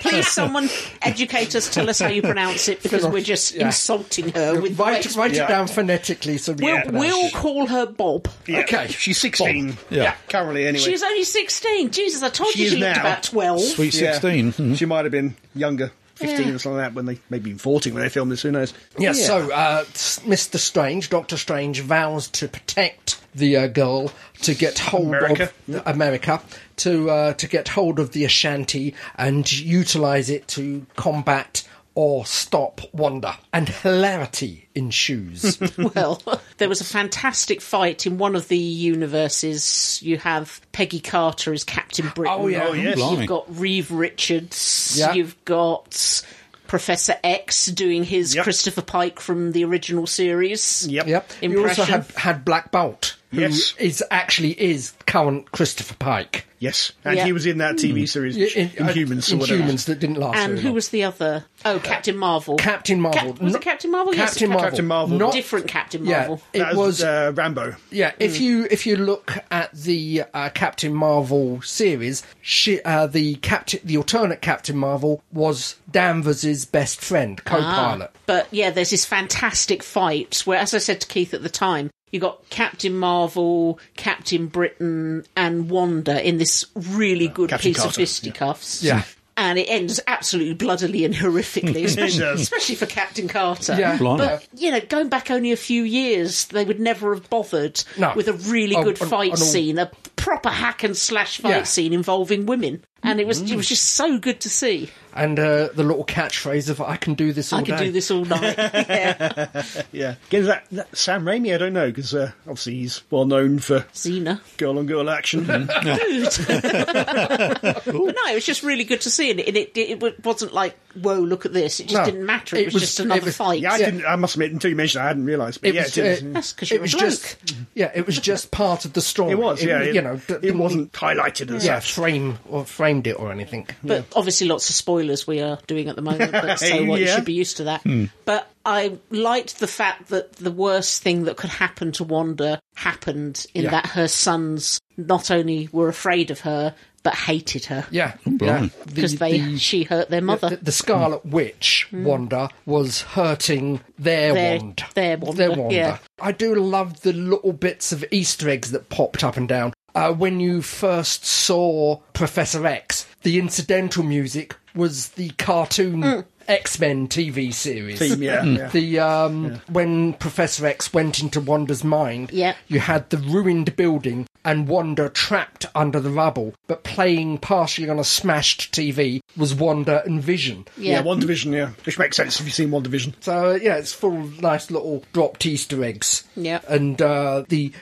Speaker 2: Please, someone educate us. Tell us how you pronounce it because we're just
Speaker 5: Yeah.
Speaker 2: insulting her with.
Speaker 5: Write,
Speaker 2: race-
Speaker 5: write
Speaker 4: Yeah.
Speaker 5: it down phonetically so we
Speaker 2: We'll,
Speaker 5: can pronounce
Speaker 2: we'll
Speaker 5: it.
Speaker 2: call her Bob.
Speaker 5: Okay.
Speaker 4: She's 16.
Speaker 1: Yeah.
Speaker 4: Currently, anyway.
Speaker 2: She was only sixteen. Jesus, I told
Speaker 4: She
Speaker 2: you
Speaker 4: is
Speaker 2: she looked
Speaker 4: now.
Speaker 2: about twelve.
Speaker 1: Sweet
Speaker 4: Yeah.
Speaker 1: 16. Mhm.
Speaker 4: She might have been younger. 15
Speaker 2: Yeah.
Speaker 4: or something like that when they maybe even 14 when they filmed this who knows
Speaker 5: Yeah, so uh, s- Mr. Strange, Doctor Strange, vows to protect the uh, girl to get hold
Speaker 4: America.
Speaker 5: of America to uh, to get hold of the Ashanti and utilize it to combat or stop Wanda. And hilarity ensues.
Speaker 2: Well, there was a fantastic fight in one of the universes. You have Peggy Carter as Captain Britain.
Speaker 5: Oh, yeah. Oh,
Speaker 4: yes.
Speaker 1: Blimey.
Speaker 2: You've got Reeve Richards.
Speaker 5: Yeah.
Speaker 2: You've got Professor X doing his
Speaker 4: Yep.
Speaker 2: Christopher Pike from the original series.
Speaker 4: Yep.
Speaker 5: yep. You also
Speaker 2: Impression.
Speaker 5: had had Black Bolt. who
Speaker 4: Yes.
Speaker 5: is actually is current Christopher Pike.
Speaker 4: Yes, and
Speaker 2: Yeah.
Speaker 4: he was in that
Speaker 5: Mm.
Speaker 4: TV series Inhumans. or whatever.
Speaker 5: Inhumans that didn't last.
Speaker 2: And
Speaker 5: very
Speaker 2: who
Speaker 5: long.
Speaker 2: was the other? Oh, Captain Marvel.
Speaker 5: Uh, Captain Marvel?
Speaker 2: Cap- was it
Speaker 5: Not-
Speaker 2: Captain Marvel? Yes,
Speaker 5: Captain Marvel.
Speaker 4: Captain Marvel.
Speaker 5: Not,
Speaker 2: Different Captain
Speaker 5: yeah,
Speaker 2: Marvel.
Speaker 5: it was.
Speaker 4: That was uh, Rambo.
Speaker 5: yeah,
Speaker 2: Hmm.
Speaker 5: if you if you look at the uh, Captain Marvel series, she, uh, the Captain, the alternate Captain Marvel was Danvers's best friend,
Speaker 2: Ah.
Speaker 5: co-pilot.
Speaker 2: But yeah, there's this fantastic fight where, as I said to Keith at the time, you got Captain Marvel, Captain Britain, and Wanda in this really good
Speaker 4: Captain
Speaker 2: piece of
Speaker 4: Carter, yeah.
Speaker 2: fisticuffs.
Speaker 5: Yeah.
Speaker 2: And it ends absolutely bloodily and horrifically, especially,
Speaker 4: does.
Speaker 2: especially for Captain Carter.
Speaker 5: Yeah.
Speaker 1: Blimey.
Speaker 2: But, you know, going back only a few years, they would never have bothered
Speaker 5: No.
Speaker 2: with a really
Speaker 5: Oh,
Speaker 2: good
Speaker 5: on-
Speaker 2: fight
Speaker 5: on all-
Speaker 2: scene, a proper hack and slash fight
Speaker 5: Yeah. Mm.
Speaker 2: scene involving women. And it was it was just so good to see.
Speaker 5: And uh, the little catchphrase of "I can do this all
Speaker 2: I could
Speaker 5: day."
Speaker 2: do this all night. yeah.
Speaker 4: Yeah, again, that, that Sam Raimi. I don't know because uh, obviously he's well known for
Speaker 2: Xena.
Speaker 4: girl on girl action.
Speaker 5: Mm-hmm.
Speaker 2: But no, it was just really good to see, and it, and it, it, it wasn't like, whoa, look at this. It just
Speaker 5: No,
Speaker 2: didn't matter. It,
Speaker 5: it
Speaker 2: was,
Speaker 5: was-
Speaker 2: just another
Speaker 5: it was-
Speaker 2: fight.
Speaker 4: yeah, I
Speaker 5: Yeah.
Speaker 4: didn't. I must admit, until you mentioned, it, I hadn't realised. But
Speaker 5: It
Speaker 4: yeah,
Speaker 5: was,
Speaker 4: it, didn't-
Speaker 5: uh,
Speaker 2: That's 'cause
Speaker 5: it
Speaker 2: you're a
Speaker 5: was
Speaker 2: bloke.
Speaker 5: just yeah, it was just part of the story.
Speaker 4: it was. Yeah, it,
Speaker 5: you know, d-
Speaker 4: it
Speaker 5: didn't
Speaker 4: wasn't highlighted as
Speaker 5: yeah,
Speaker 4: such.
Speaker 5: frame or framed it or anything.
Speaker 2: But obviously, lots of spoilers we are doing at the moment. But so what you
Speaker 4: Yeah.
Speaker 2: should be used to that.
Speaker 5: Hmm.
Speaker 2: But I liked the fact that the worst thing that could happen to Wanda happened in
Speaker 5: Yeah.
Speaker 2: that her sons not only were afraid of her but hated her
Speaker 5: Yeah,
Speaker 1: blimey.
Speaker 5: yeah. The-
Speaker 2: because they
Speaker 5: the-
Speaker 2: she hurt their mother. Mm.
Speaker 5: The, the Scarlet Witch Wanda was hurting their,
Speaker 2: Their-
Speaker 5: wand.
Speaker 2: their Wanda, yeah.
Speaker 5: I do love the little bits of Easter eggs that popped up and down. Uh, when you first saw Professor X, the incidental music was the cartoon
Speaker 2: Mm.
Speaker 5: X Men TV series.
Speaker 4: Theme, yeah, yeah.
Speaker 5: The um, when Professor X went into Wanda's mind,
Speaker 2: Yeah.
Speaker 5: you had the ruined building and Wanda trapped under the rubble, but playing partially on a smashed TV was Wanda and Vision.
Speaker 4: yeah, One Division. Yeah, which makes sense if you've seen One Division.
Speaker 5: So uh, yeah, it's full of nice little dropped Easter eggs.
Speaker 2: Yeah.
Speaker 5: and uh, the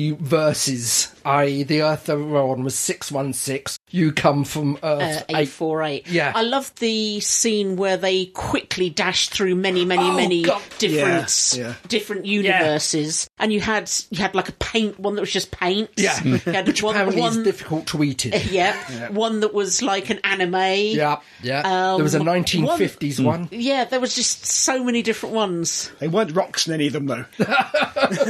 Speaker 5: multiverses, i.e., the Earth they were on was six one six. You come from Earth
Speaker 2: uh,
Speaker 5: eight.
Speaker 2: 848.
Speaker 5: Yeah.
Speaker 2: I love the scene where they quickly dash through many, many,
Speaker 5: Oh,
Speaker 2: many
Speaker 5: God.
Speaker 2: different
Speaker 4: Yeah, yeah.
Speaker 2: different universes. And you had you had like a paint one that was just paint.
Speaker 5: Yeah.
Speaker 2: You had
Speaker 5: Which
Speaker 2: one,
Speaker 5: apparently
Speaker 2: one
Speaker 5: is difficult to eat in.
Speaker 2: yeah, One that was like an anime.
Speaker 5: yeah, yeah.
Speaker 2: Um,
Speaker 5: there was a
Speaker 2: one-
Speaker 5: 1950s one.
Speaker 2: Yeah, there was just so many different ones.
Speaker 4: They weren't rocks in any of them though.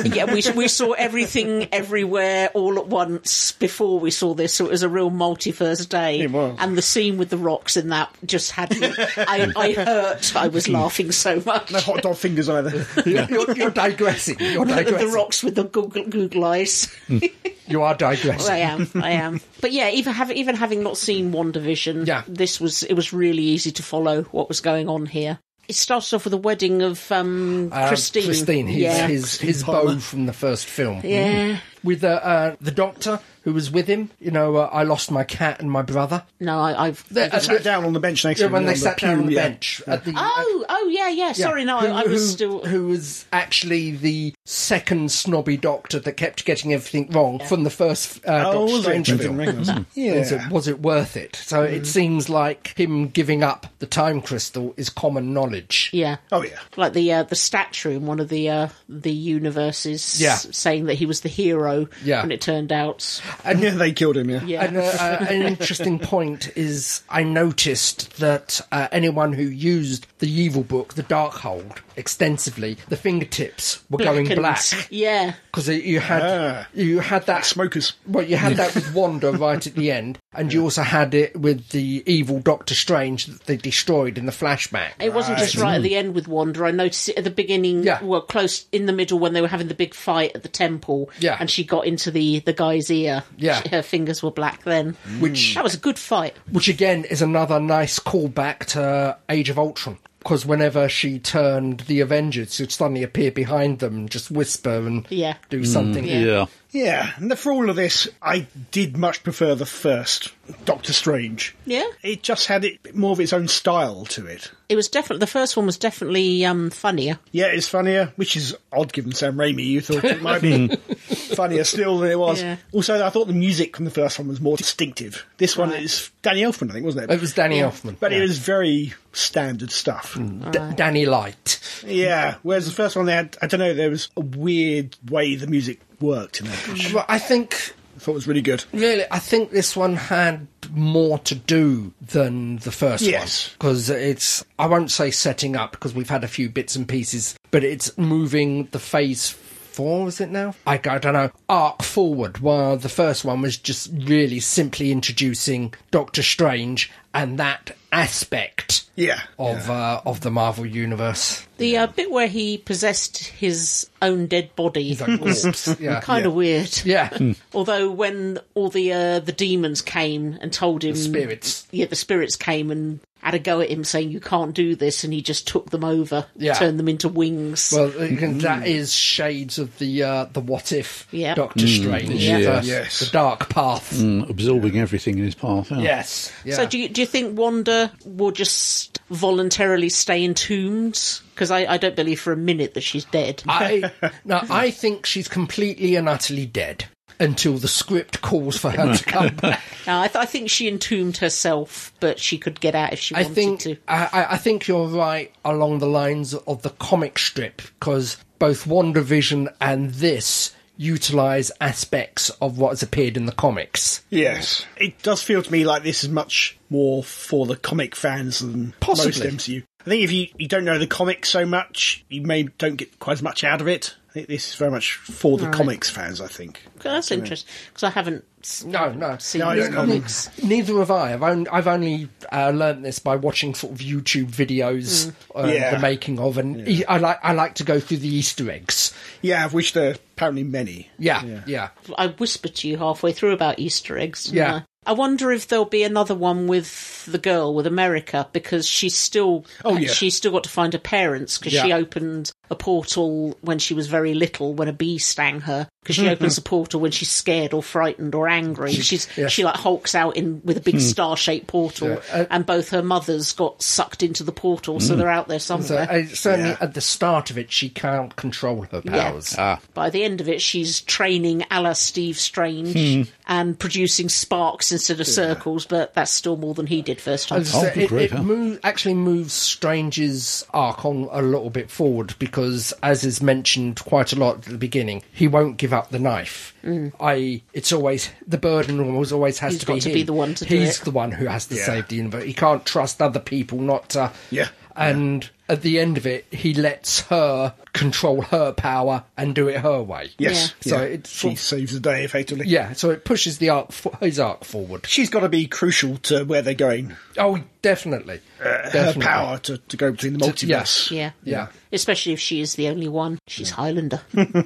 Speaker 2: Yeah, we, we saw everything everywhere all at once before we saw this, so it was a real multiverse day.
Speaker 4: It was.
Speaker 2: And the scene with the rocks in that just had me. I, I hurt. I was laughing so much.
Speaker 4: No hot dog fingers either.
Speaker 5: you're, you're digressing. You're
Speaker 2: the, the
Speaker 5: digressing.
Speaker 2: rocks with the Google, Google eyes.
Speaker 5: Mm. You are digressing.
Speaker 2: I am, I am. But yeah, even having even having not seen WandaVision,
Speaker 5: Yeah.
Speaker 2: this was it was really easy to follow what was going on here. It starts off with the wedding of um,
Speaker 5: Uh,
Speaker 2: Christine.
Speaker 5: Christine, his
Speaker 2: yeah.
Speaker 5: his, his beau from the first film.
Speaker 2: yeah.
Speaker 5: With uh, uh, the doctor who was with him, you know, uh, I lost my cat and my brother.
Speaker 2: No, I, I've.
Speaker 5: They-
Speaker 4: They sat down on the bench next
Speaker 5: Yeah,
Speaker 4: to
Speaker 5: when
Speaker 4: him,
Speaker 5: they
Speaker 4: on the
Speaker 5: sat down
Speaker 4: pew,
Speaker 5: on the
Speaker 4: yeah.
Speaker 5: bench at the. uh,
Speaker 2: oh, oh, yeah, yeah.
Speaker 5: yeah,
Speaker 2: Sorry, no, I, I was
Speaker 5: who,
Speaker 2: still.
Speaker 5: Who was actually the second snobby doctor that kept getting everything wrong from the first uh,
Speaker 4: Oh,
Speaker 5: Doctor
Speaker 4: was it?
Speaker 5: Strange
Speaker 4: Didn't
Speaker 5: film. Mm-hmm. Mm.
Speaker 4: recognise him.
Speaker 5: Was
Speaker 4: Yeah.
Speaker 5: it, was it worth it? So it seems like him giving up the time crystal is common knowledge.
Speaker 2: yeah.
Speaker 4: Oh yeah.
Speaker 2: Like the uh, the statue in one of the uh, the universes,
Speaker 5: Yeah.
Speaker 2: saying that he was the hero,
Speaker 5: Yeah.
Speaker 2: and it turned out,
Speaker 4: And yeah, they killed him. Yeah.
Speaker 2: yeah,
Speaker 5: And, uh, uh, an interesting point is I noticed that uh, anyone who used the evil book, the Darkhold, extensively, the fingertips were going
Speaker 2: Blackened.
Speaker 5: black
Speaker 2: yeah,
Speaker 5: because you had
Speaker 4: Ah.
Speaker 5: you had that
Speaker 4: Smokers.
Speaker 5: Well, you had that with Wanda right at the end, and you also had it with the evil Doctor Strange that they destroyed in the flashback.
Speaker 2: It wasn't just right at the end with Wanda. I noticed it at the beginning,
Speaker 5: Hmm. Yeah.
Speaker 2: well, close in the middle when they were having the big fight at the temple.
Speaker 5: Yeah.
Speaker 2: And she got into the, the guy's ear.
Speaker 5: Yeah.
Speaker 2: She- her fingers were black then.
Speaker 5: Which-
Speaker 2: That was a good fight.
Speaker 5: Which again is another nice callback to Age of Ultron. Because whenever she turned the Avengers, she'd suddenly appear behind them and just whisper and
Speaker 2: Yeah. Mm,
Speaker 5: do something.
Speaker 2: Yeah.
Speaker 1: Yeah.
Speaker 4: Yeah, and for all of this, I did much prefer the first Doctor Strange.
Speaker 2: Yeah.
Speaker 4: It just had it bit more of its own style to it.
Speaker 2: It was definitely, the first one was definitely um, funnier.
Speaker 4: Yeah, it's funnier, which is odd given Sam Raimi. You thought it might be
Speaker 5: Hmm.
Speaker 4: funnier still than it was.
Speaker 2: Yeah.
Speaker 4: Also, I thought the music from the first one was more distinctive. This one is Danny Elfman, I think, wasn't it?
Speaker 5: It was Danny Elfman.
Speaker 4: but it
Speaker 5: Yeah. Hmm.
Speaker 4: was very standard stuff.
Speaker 5: D- Danny Light.
Speaker 4: Yeah, whereas the first one they had, I don't know, there was a weird way the music it worked. And I thought
Speaker 5: Well, I think
Speaker 4: it was really good.
Speaker 5: Really, I think this one had more to do than the first
Speaker 4: Yes.
Speaker 5: one. Because it's, I won't say setting up, because we've had a few bits and pieces, but it's moving the phase four, is it now? I, I don't know, arc forward, while the first one was just really simply introducing Doctor Strange and that aspect
Speaker 4: Yeah.
Speaker 5: of uh, of the Marvel Universe.
Speaker 2: The uh, bit where he possessed his own dead body was
Speaker 5: Yeah.
Speaker 2: kind of weird.
Speaker 5: Yeah.
Speaker 2: Although when all the uh, the demons came and told him,
Speaker 5: Spirits.
Speaker 2: yeah, the spirits came and had a go at him, saying you can't do this, and he just took them over,
Speaker 5: Yeah.
Speaker 2: turned them into wings.
Speaker 5: Well, and that is shades of the uh, the what if
Speaker 2: Yep.
Speaker 5: Doctor Strange,
Speaker 2: Yeah.
Speaker 5: The,
Speaker 4: Yes.
Speaker 5: the dark path.
Speaker 1: Mm. absorbing everything in his path. Yeah.
Speaker 5: Yes. Yeah.
Speaker 2: So do you, do you think Wanda will just voluntarily stay entombed? Because I, I don't believe for a minute that she's dead.
Speaker 5: I no, I think she's completely and utterly dead until the script calls for her to come back.
Speaker 2: No, I, th- I think she entombed herself, but she could get out if she
Speaker 5: I
Speaker 2: wanted
Speaker 5: think
Speaker 2: to.
Speaker 5: I, I- I think you're right along the lines of the comic strip because both WandaVision and this utilize aspects of what has appeared in the comics.
Speaker 4: Yes. It does feel to me like this is much more for the comic fans than
Speaker 5: Possibly.
Speaker 4: most MCU. I think if you, you don't know the comics so much, you may don't get quite as much out of it. I think this is very much for the comics fans, I think.
Speaker 2: Okay, that's interesting because I haven't s-
Speaker 5: No, no.
Speaker 2: seen
Speaker 4: I
Speaker 2: these
Speaker 4: don't know.
Speaker 2: comics.
Speaker 5: Neither have I. I've only, I've only uh, learnt this by watching sort of YouTube videos, uh,
Speaker 4: Yeah.
Speaker 5: the making of, and e- I like I like to go through the Easter eggs.
Speaker 4: Yeah, of which there are apparently many.
Speaker 5: Yeah, yeah.
Speaker 2: I whispered to you halfway through about Easter eggs. didn't
Speaker 5: Yeah.
Speaker 2: I? I wonder if there'll be another one with the girl with America because she's still
Speaker 4: Oh, yeah.
Speaker 2: she's still got to find her parents because she
Speaker 5: Yeah.
Speaker 2: opened a portal when she was very little when a bee stung her because she opens a portal when she's scared or frightened or angry she's she like hulks out in with a big star shaped portal and both her mothers got sucked into the portal so they're out there
Speaker 5: So
Speaker 2: somewhere
Speaker 5: uh, certainly at the start of it, she can't control her powers.
Speaker 2: By the end of it, she's training a la Steve Strange
Speaker 5: Hmm.
Speaker 2: and producing sparks instead of circles, but that's still more than he did first time.
Speaker 5: As I said,
Speaker 1: good
Speaker 5: it,
Speaker 1: grief,
Speaker 5: it
Speaker 1: huh?
Speaker 5: move- actually moves Strange's arc on a little bit forward because, as is mentioned quite a lot at the beginning, he won't give up the knife. I, it's always the burden always always has
Speaker 2: Mm. He's
Speaker 5: to be
Speaker 2: got to
Speaker 5: him.
Speaker 2: be the one to do
Speaker 5: He's
Speaker 2: it.
Speaker 5: the one who has to save the universe. He can't trust other people not to.
Speaker 4: Yeah.
Speaker 5: And at the end of it, he lets her control her power and do it her way.
Speaker 4: Yes.
Speaker 5: Yeah. So
Speaker 4: Yeah.
Speaker 5: it's
Speaker 4: she
Speaker 5: sort of-
Speaker 4: saves the day effectively.
Speaker 5: Yeah, so it pushes the arc fo- his arc forward.
Speaker 4: She's got to be crucial to where they're going. uh,
Speaker 5: Oh, definitely.
Speaker 4: Her
Speaker 5: Definitely.
Speaker 4: power to, to go between the multiverse.
Speaker 5: yes.
Speaker 2: yeah.
Speaker 5: Yeah.
Speaker 2: Especially if she is the only one. She's Highlander.
Speaker 5: Hmm.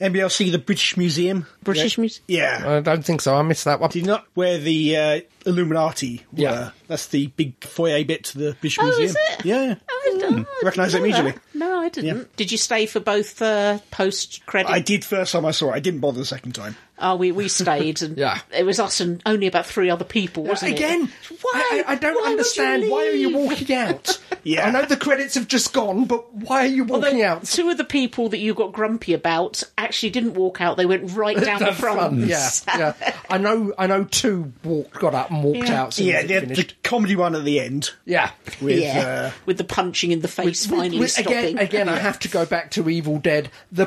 Speaker 4: NBLC, the British Museum.
Speaker 2: British music.
Speaker 4: Yeah.
Speaker 5: I don't think so. I missed that one.
Speaker 4: Do you not where the uh, Illuminati were?
Speaker 5: Yeah.
Speaker 4: That's the big foyer bit to the British
Speaker 2: Oh,
Speaker 4: Museum.
Speaker 2: is it?
Speaker 4: Yeah.
Speaker 2: I
Speaker 5: Hmm.
Speaker 2: don't- I didn't
Speaker 4: Recognise it
Speaker 2: know that.
Speaker 4: immediately.
Speaker 2: No, I didn't. Did you stay for both uh, post credit?
Speaker 4: I did first time I saw it. I didn't bother the second time.
Speaker 2: Oh, we, we stayed, and
Speaker 5: Yeah.
Speaker 2: it was us and only about three other people, wasn't it?
Speaker 5: Again,
Speaker 2: Why?
Speaker 5: why? I, I don't
Speaker 2: Why would you
Speaker 5: understand. Why are you
Speaker 2: leave?
Speaker 5: walking out?
Speaker 4: Yeah.
Speaker 5: I know the credits have just gone, but why are you
Speaker 2: Although
Speaker 5: walking out?
Speaker 2: Two of the people that you got grumpy about actually didn't walk out; they went right down the,
Speaker 5: The
Speaker 2: front.
Speaker 5: front, Yeah, yeah. I know. I know. Two walked, got up, and walked
Speaker 2: Yeah.
Speaker 5: out. Soon
Speaker 4: Yeah,
Speaker 5: as it
Speaker 4: the, the
Speaker 5: finished.
Speaker 4: comedy one at the end
Speaker 5: yeah.
Speaker 4: with
Speaker 2: yeah,
Speaker 4: uh,
Speaker 2: with the punching in the face finally
Speaker 5: With-
Speaker 2: stopping.
Speaker 5: again, again, I have to go back to Evil Dead, the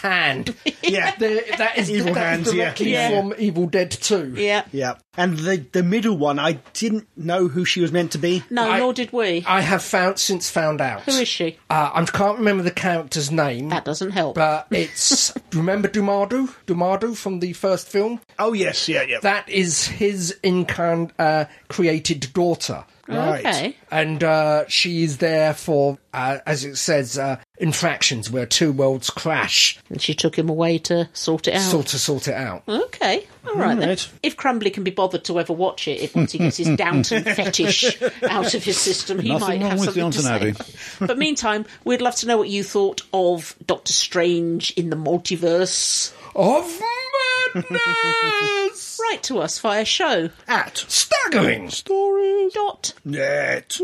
Speaker 5: hand.
Speaker 4: yeah,
Speaker 5: The- that is
Speaker 4: Evil
Speaker 5: that is
Speaker 4: Hands, yeah.
Speaker 5: directly
Speaker 2: Yeah.
Speaker 5: from Evil Dead Two.
Speaker 2: yeah.
Speaker 4: yeah, and the the middle one. I didn't know who she was meant to be.
Speaker 2: No,
Speaker 5: I-
Speaker 2: nor did we.
Speaker 5: I have found since found out.
Speaker 2: Who is she?
Speaker 5: Uh, I can't remember the character's name.
Speaker 2: That doesn't help.
Speaker 5: but it's remember Dumadu, Dumadu from the first film.
Speaker 4: Oh yes, yeah, yeah.
Speaker 5: That is his incarn uh, created daughter,
Speaker 4: right.
Speaker 2: Okay.
Speaker 5: and uh, she is there for, uh, as it says, uh, infractions where two worlds crash,
Speaker 2: And she took him away to sort it out.
Speaker 5: sort to sort it out.
Speaker 2: Okay, all right, then.
Speaker 4: Right.
Speaker 2: If Crumbly can be bothered to ever watch it, if once he gets his Downton fetish out of his system, he
Speaker 1: Nothing
Speaker 2: might
Speaker 1: wrong
Speaker 2: have
Speaker 1: with
Speaker 2: something
Speaker 1: Downton
Speaker 2: to say. but meantime, we'd love to know what you thought of Doctor Strange in the multiverse.
Speaker 5: Of madness,
Speaker 2: Write to us via show
Speaker 4: At
Speaker 5: staggering.
Speaker 1: Stories.
Speaker 2: dot
Speaker 4: net.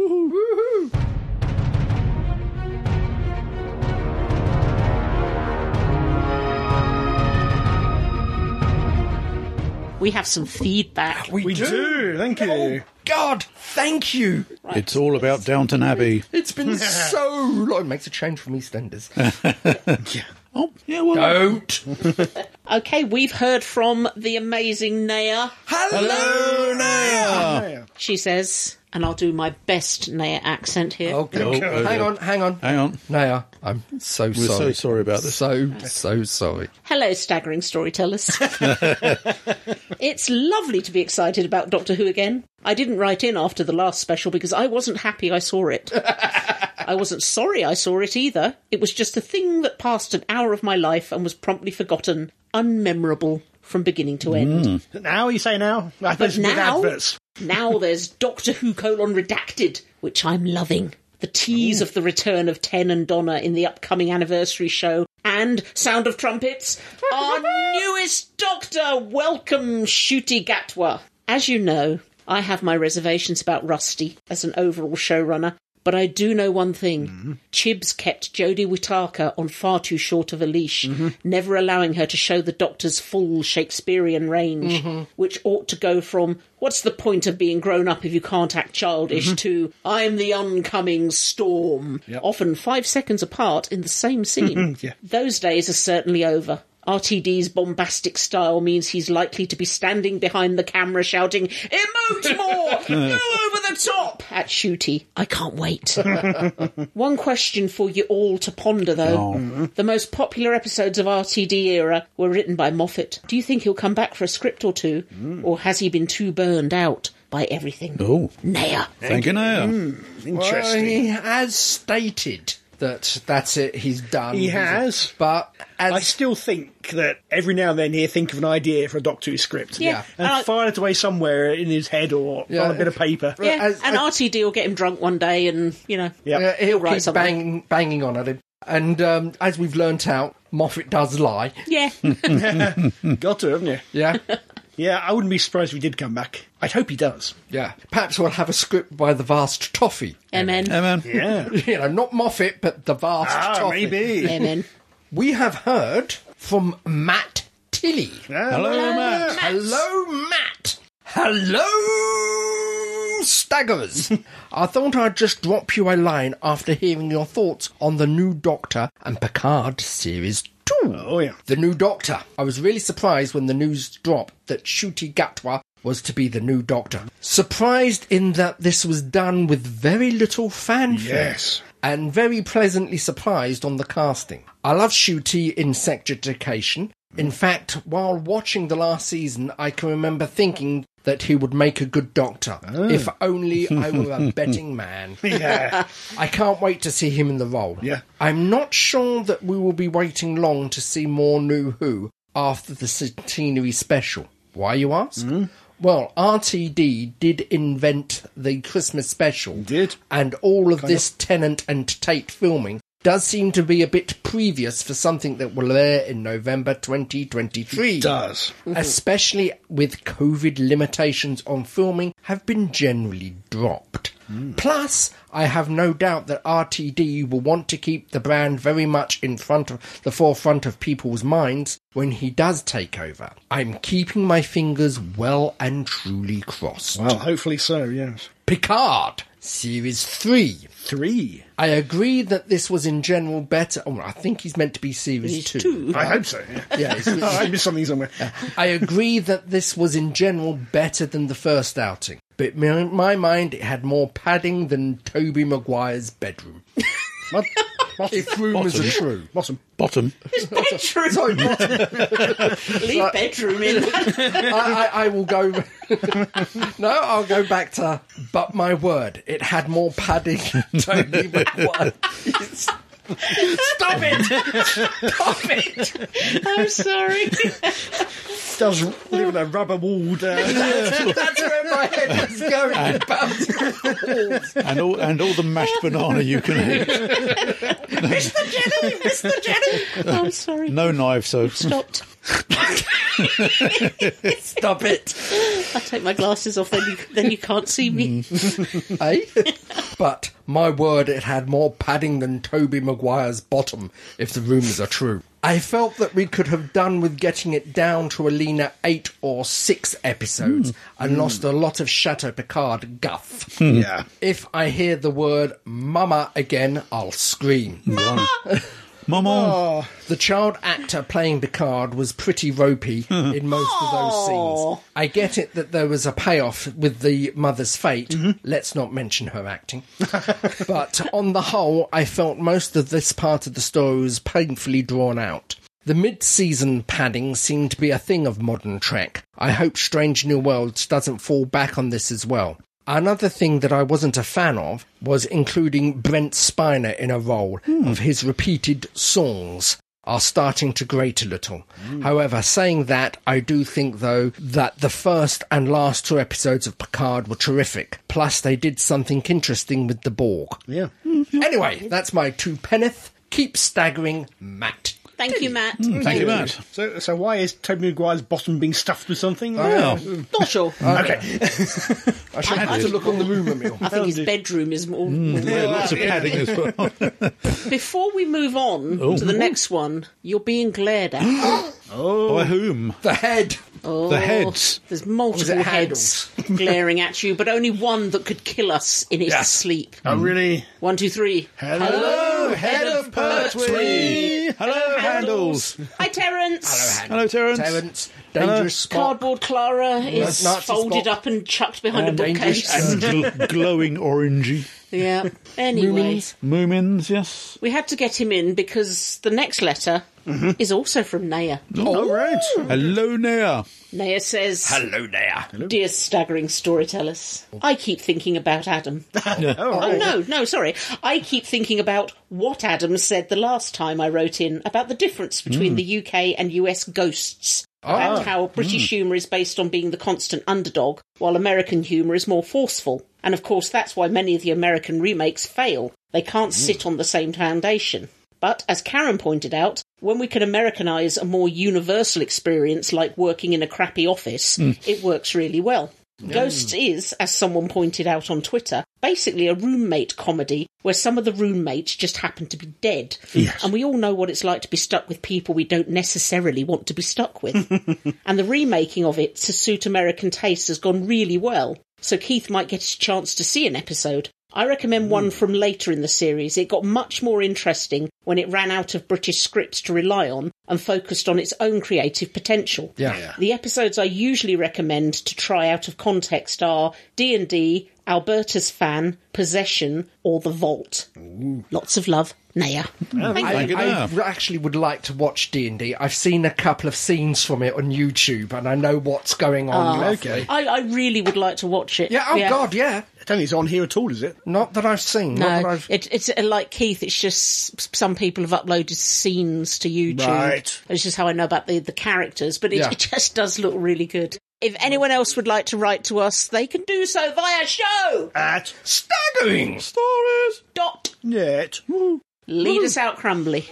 Speaker 2: We have some feedback.
Speaker 4: We do. Thank you.
Speaker 5: Oh, God, thank you.
Speaker 1: It's all about Downton Abbey.
Speaker 5: It's been so long. It makes a change from EastEnders.
Speaker 1: Oh, yeah, well,
Speaker 5: Don't.
Speaker 2: Okay, we've heard from the amazing Naya.
Speaker 5: Hello, Naya.
Speaker 2: She says, and I'll do my best Naya accent here.
Speaker 5: Oh, God.
Speaker 1: Oh,
Speaker 4: uh,
Speaker 1: oh,
Speaker 5: hang
Speaker 1: yeah.
Speaker 5: on, hang on.
Speaker 1: hang on.
Speaker 5: Naya, I'm so
Speaker 1: We're
Speaker 5: sorry.
Speaker 1: so sorry about this.
Speaker 5: So, so sorry.
Speaker 2: Hello, staggering storytellers. it's lovely to be excited about Doctor Who again. I didn't write in after the last special because I wasn't happy I saw it. I wasn't sorry I saw it either. It was just a thing that passed an hour of my life and was promptly forgotten, unmemorable from beginning to end.
Speaker 4: Now you say now?
Speaker 2: But
Speaker 4: I suppose with
Speaker 2: now-
Speaker 4: adverts.
Speaker 2: Now there's Doctor Who colon redacted, which I'm loving. The tease of the return of Ten and Donna in the upcoming anniversary show, and Sound of Trumpets, our newest Doctor! Welcome, Shooty Gatwa. As you know, I have my reservations about Rusty as an overall showrunner, but I do know one thing. Chibbs kept Jodie Whittaker on far too short of a leash, never allowing her to show the Doctor's full Shakespearean range, which ought to go from "What's the point of being grown up if you can't act childish?" to "I'm the oncoming storm," often five seconds apart in the same scene. Those days are certainly over. RTD's bombastic style means he's likely to be standing behind the camera shouting, Emote more! Go over the top! at Shooty. I can't wait. One question for you all to ponder, though. Mm-hmm. The most popular episodes of RTD era were written by Moffat. Do you think he'll come back for a script or two? Or has he been too burned out by everything?
Speaker 1: Oh,
Speaker 2: Naya.
Speaker 1: thank you, Mm. Naya.
Speaker 5: Well,
Speaker 4: Interesting.
Speaker 5: he has stated that that's it, he's done.
Speaker 4: He has.
Speaker 5: But as
Speaker 4: I still think that every now and then he'll think of an idea for a Doctor Who script.
Speaker 2: Yeah.
Speaker 4: And
Speaker 2: Uh,
Speaker 4: file it away somewhere in his head or
Speaker 5: Yeah.
Speaker 4: on a bit of paper.
Speaker 2: Yeah,
Speaker 5: as-
Speaker 2: and RTD will get him drunk one day and, you know.
Speaker 5: uh,
Speaker 4: Yep.
Speaker 5: he'll
Speaker 2: write
Speaker 5: keep
Speaker 2: something.
Speaker 5: banging, banging on at him. And um, as we've learnt out, Moffat does lie.
Speaker 2: Yeah.
Speaker 4: Got to, haven't you?
Speaker 5: Yeah,
Speaker 4: Yeah, I wouldn't be surprised if he did come back. I'd hope he does.
Speaker 5: yeah. Perhaps we'll have a script by the vast toffee.
Speaker 2: Amen.
Speaker 1: Hey, man.
Speaker 4: Yeah.
Speaker 5: You know, not Moffat, but the vast
Speaker 4: ah,
Speaker 5: toffee.
Speaker 4: maybe.
Speaker 2: Amen.
Speaker 5: We have heard from Matt Tilly.
Speaker 1: Hello, Matt.
Speaker 5: Hello, Matt. Hello, Staggers. I thought I'd just drop you a line after hearing your thoughts on the new Doctor and Picard series 2.
Speaker 4: Oh, yeah.
Speaker 5: The new Doctor. I was really surprised when the news dropped that Shuti Gatwa was to be the new Doctor. Surprised in that this was done with very little fanfare
Speaker 4: Yes.
Speaker 5: and very pleasantly surprised on the casting. I love Shooty in Sex Education. In fact, while watching the last season, I can remember thinking that he would make a good doctor. If only I were a betting man.
Speaker 4: Yeah.
Speaker 5: I can't wait to see him in the role.
Speaker 4: Yeah.
Speaker 5: I'm not sure that we will be waiting long to see more New Who after the centenary special. Why, you ask?
Speaker 4: Mm.
Speaker 5: Well, RTD did invent the Christmas special.
Speaker 4: Did.
Speaker 5: And all of this Tennant and Tate filming does seem to be a bit previous for something that will air in November 2023
Speaker 4: does.
Speaker 5: Mm-hmm. especially with COVID limitations on filming, have been generally dropped. Plus, I have no doubt that RTD will want to keep the brand very much in front of the forefront of people's minds when he does take over. I'm keeping my fingers well and truly crossed.
Speaker 4: Well, hopefully so, yes.
Speaker 5: Picard, Series 3.
Speaker 4: Three.
Speaker 5: I agree that this was in general better. Oh, I think he's meant to be Series 2.
Speaker 4: I hope so, yeah.
Speaker 5: Yeah, it's-
Speaker 4: Oh, I missed something somewhere.
Speaker 5: I agree that this was in general better than the first outing, but in my mind it had more padding than Toby Maguire's bedroom.
Speaker 4: Mot- mot-
Speaker 5: If rumours are true.
Speaker 4: Bottom.
Speaker 1: Bottom.
Speaker 2: Bedroom.
Speaker 5: Sorry, I,
Speaker 2: Leave bedroom in.
Speaker 5: I, I will go. no, I'll go back to. But my word, it had more padding than Toby Maguire.
Speaker 2: Stop it! Stop it! I'm sorry.
Speaker 4: Does live in a rubber walled. Uh,
Speaker 5: That's where my head was going about.
Speaker 1: and all and all the mashed banana you can eat.
Speaker 2: Mr. Jenny, Mr. Jenny. Oh, I'm sorry.
Speaker 1: No knife, so
Speaker 2: Stopped.
Speaker 5: Stop it.
Speaker 2: I take my glasses off, then you then you can't see me.
Speaker 1: Mm.
Speaker 5: eh? but my word, it had more padding than Toby Maguire's bottom, if the rumours are true. I felt that we could have done with getting it down to a leaner eight or six episodes and lost a lot of Chateau Picard guff.
Speaker 1: Hmm.
Speaker 4: yeah.
Speaker 5: if I hear the word mama again, I'll scream.
Speaker 1: Maman.
Speaker 4: Oh,
Speaker 5: The child actor playing Picard was pretty ropey in most of those scenes. I get it that there was a payoff with the mother's fate. Let's not mention her acting. but on the whole, I felt most of this part of the story was painfully drawn out. The mid season padding seemed to be a thing of modern Trek. I hope Strange New Worlds doesn't fall back on this as well. Another thing that I wasn't a fan of was including Brent Spiner in a role of his repeated songs are starting to grate a little. However, saying that, I do think though that the first and last two episodes of Picard were terrific. Plus, they did something interesting with the Borg.
Speaker 4: yeah.
Speaker 5: Anyway, that's my two penneth. Keep staggering, Matt.
Speaker 2: Thank you, Matt.
Speaker 1: Thank you, Matt.
Speaker 4: So, so why is Toby Maguire's bottom being stuffed with something?
Speaker 1: Wow.
Speaker 2: Not sure.
Speaker 1: Mm.
Speaker 4: Okay.
Speaker 5: I should have to look on the rumour mill.
Speaker 2: I think his bedroom is more.
Speaker 1: Mm. Yeah, lots of padding as well.
Speaker 2: Before we move on
Speaker 1: Oh.
Speaker 2: to the next one, you're being glared at. Oh,
Speaker 1: By whom?
Speaker 5: the head.
Speaker 1: The heads.
Speaker 2: There's
Speaker 5: Was
Speaker 2: multiple
Speaker 5: it
Speaker 2: heads glaring at you, but only one that could kill us in its sleep.
Speaker 4: oh, really?
Speaker 2: One, two, three. Hello,
Speaker 1: head of Pertwee. Hello, handles.
Speaker 2: Hi, Terence.
Speaker 1: Hello, Terence.
Speaker 5: Terence. Dangerous spot.
Speaker 2: Cardboard Clara is
Speaker 5: Nazi
Speaker 2: folded
Speaker 5: spot.
Speaker 2: up and chucked behind
Speaker 5: And
Speaker 2: a
Speaker 5: English
Speaker 2: bookcase.
Speaker 1: And gl- glowing orangey.
Speaker 2: yeah. Anyway,
Speaker 5: Moomins.
Speaker 1: Moomins, yes.
Speaker 2: we had to get him in because the next letter
Speaker 5: Mm-hmm.
Speaker 2: is also from Naya.
Speaker 4: All right.
Speaker 1: Hello, Nea.
Speaker 2: Naya says,
Speaker 5: Hello there.
Speaker 2: Dear staggering storytellers, I keep thinking about Adam. oh, no, no, sorry. I keep thinking about what Adam said the last time I wrote in about the difference between the UK and US ghosts. About how British humour is based on being the constant underdog, while American humour is more forceful. And of course, that's why many of the American remakes fail. They can't sit on the same foundation. But as Karen pointed out, when we can Americanise a more universal experience like working in a crappy office, it works really well. Ghosts is, as someone pointed out on Twitter, basically a roommate comedy where some of the roommates just happen to be dead. And we all know what it's like to be stuck with people we don't necessarily want to be stuck with. and the remaking of it to suit American taste has gone really well. So Keith might get his chance to see an episode. I recommend
Speaker 5: Hmm.
Speaker 2: one from later in the series. It got much more interesting when it ran out of British scripts to rely on and focused on its own creative potential.
Speaker 5: Yeah. Yeah.
Speaker 2: The episodes I usually recommend to try out of context are D&D, Alberta's Fan, Possession, or The Vault. Lots of love, Naya.
Speaker 5: I,
Speaker 1: Thank you,
Speaker 5: I
Speaker 1: Nea.
Speaker 5: actually would like to watch D and D. I've seen a couple of scenes from it on YouTube, and I know what's going on. Ah, okay.
Speaker 2: I, I really would like to watch it.
Speaker 5: Yeah. Oh God. Yeah.
Speaker 4: I don't think it's on here at all, is it?
Speaker 5: Not that I've seen. Not that
Speaker 2: No,
Speaker 5: I've.
Speaker 2: it, it's uh, like Keith. It's just s- some people have uploaded scenes to YouTube.
Speaker 4: Right.
Speaker 2: It's just how I know about the, the characters, but it,
Speaker 5: Yeah.
Speaker 2: it just does look really good. If anyone else would like to write to us, they can do so via show
Speaker 4: At
Speaker 5: staggering.
Speaker 1: Stories.
Speaker 2: dot
Speaker 4: net.
Speaker 2: lead us out, Crumbly.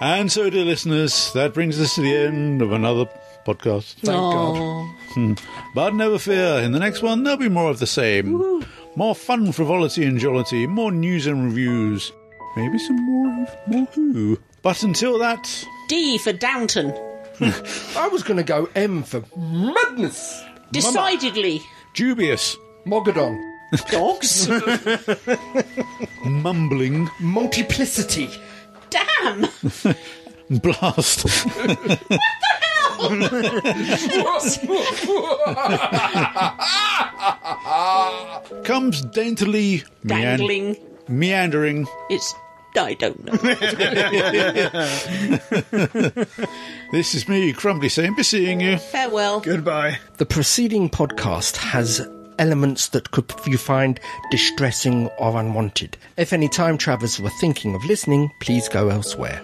Speaker 1: And so, dear listeners, that brings us to the end of another podcast.
Speaker 5: Thank God.
Speaker 2: Oh,
Speaker 1: But never fear, in the next one there'll be more of the same. More fun, frivolity, and jollity, more news and reviews, maybe some more, more who. But until that,
Speaker 2: D for Downton.
Speaker 5: I was going to go M for madness.
Speaker 2: Decidedly,
Speaker 1: dubious,
Speaker 5: Mogadon.
Speaker 2: dogs.
Speaker 1: mumbling,
Speaker 5: Multiplicity.
Speaker 2: Damn.
Speaker 1: blast. Comes daintily mean-
Speaker 2: Dangling.
Speaker 1: meandering.
Speaker 2: It's. I don't know.
Speaker 1: This is me, Crumbly, saying, be seeing you.
Speaker 2: Farewell.
Speaker 4: Goodbye.
Speaker 5: The preceding podcast has elements that could you find distressing or unwanted. If any time travelers were thinking of listening, please go elsewhere.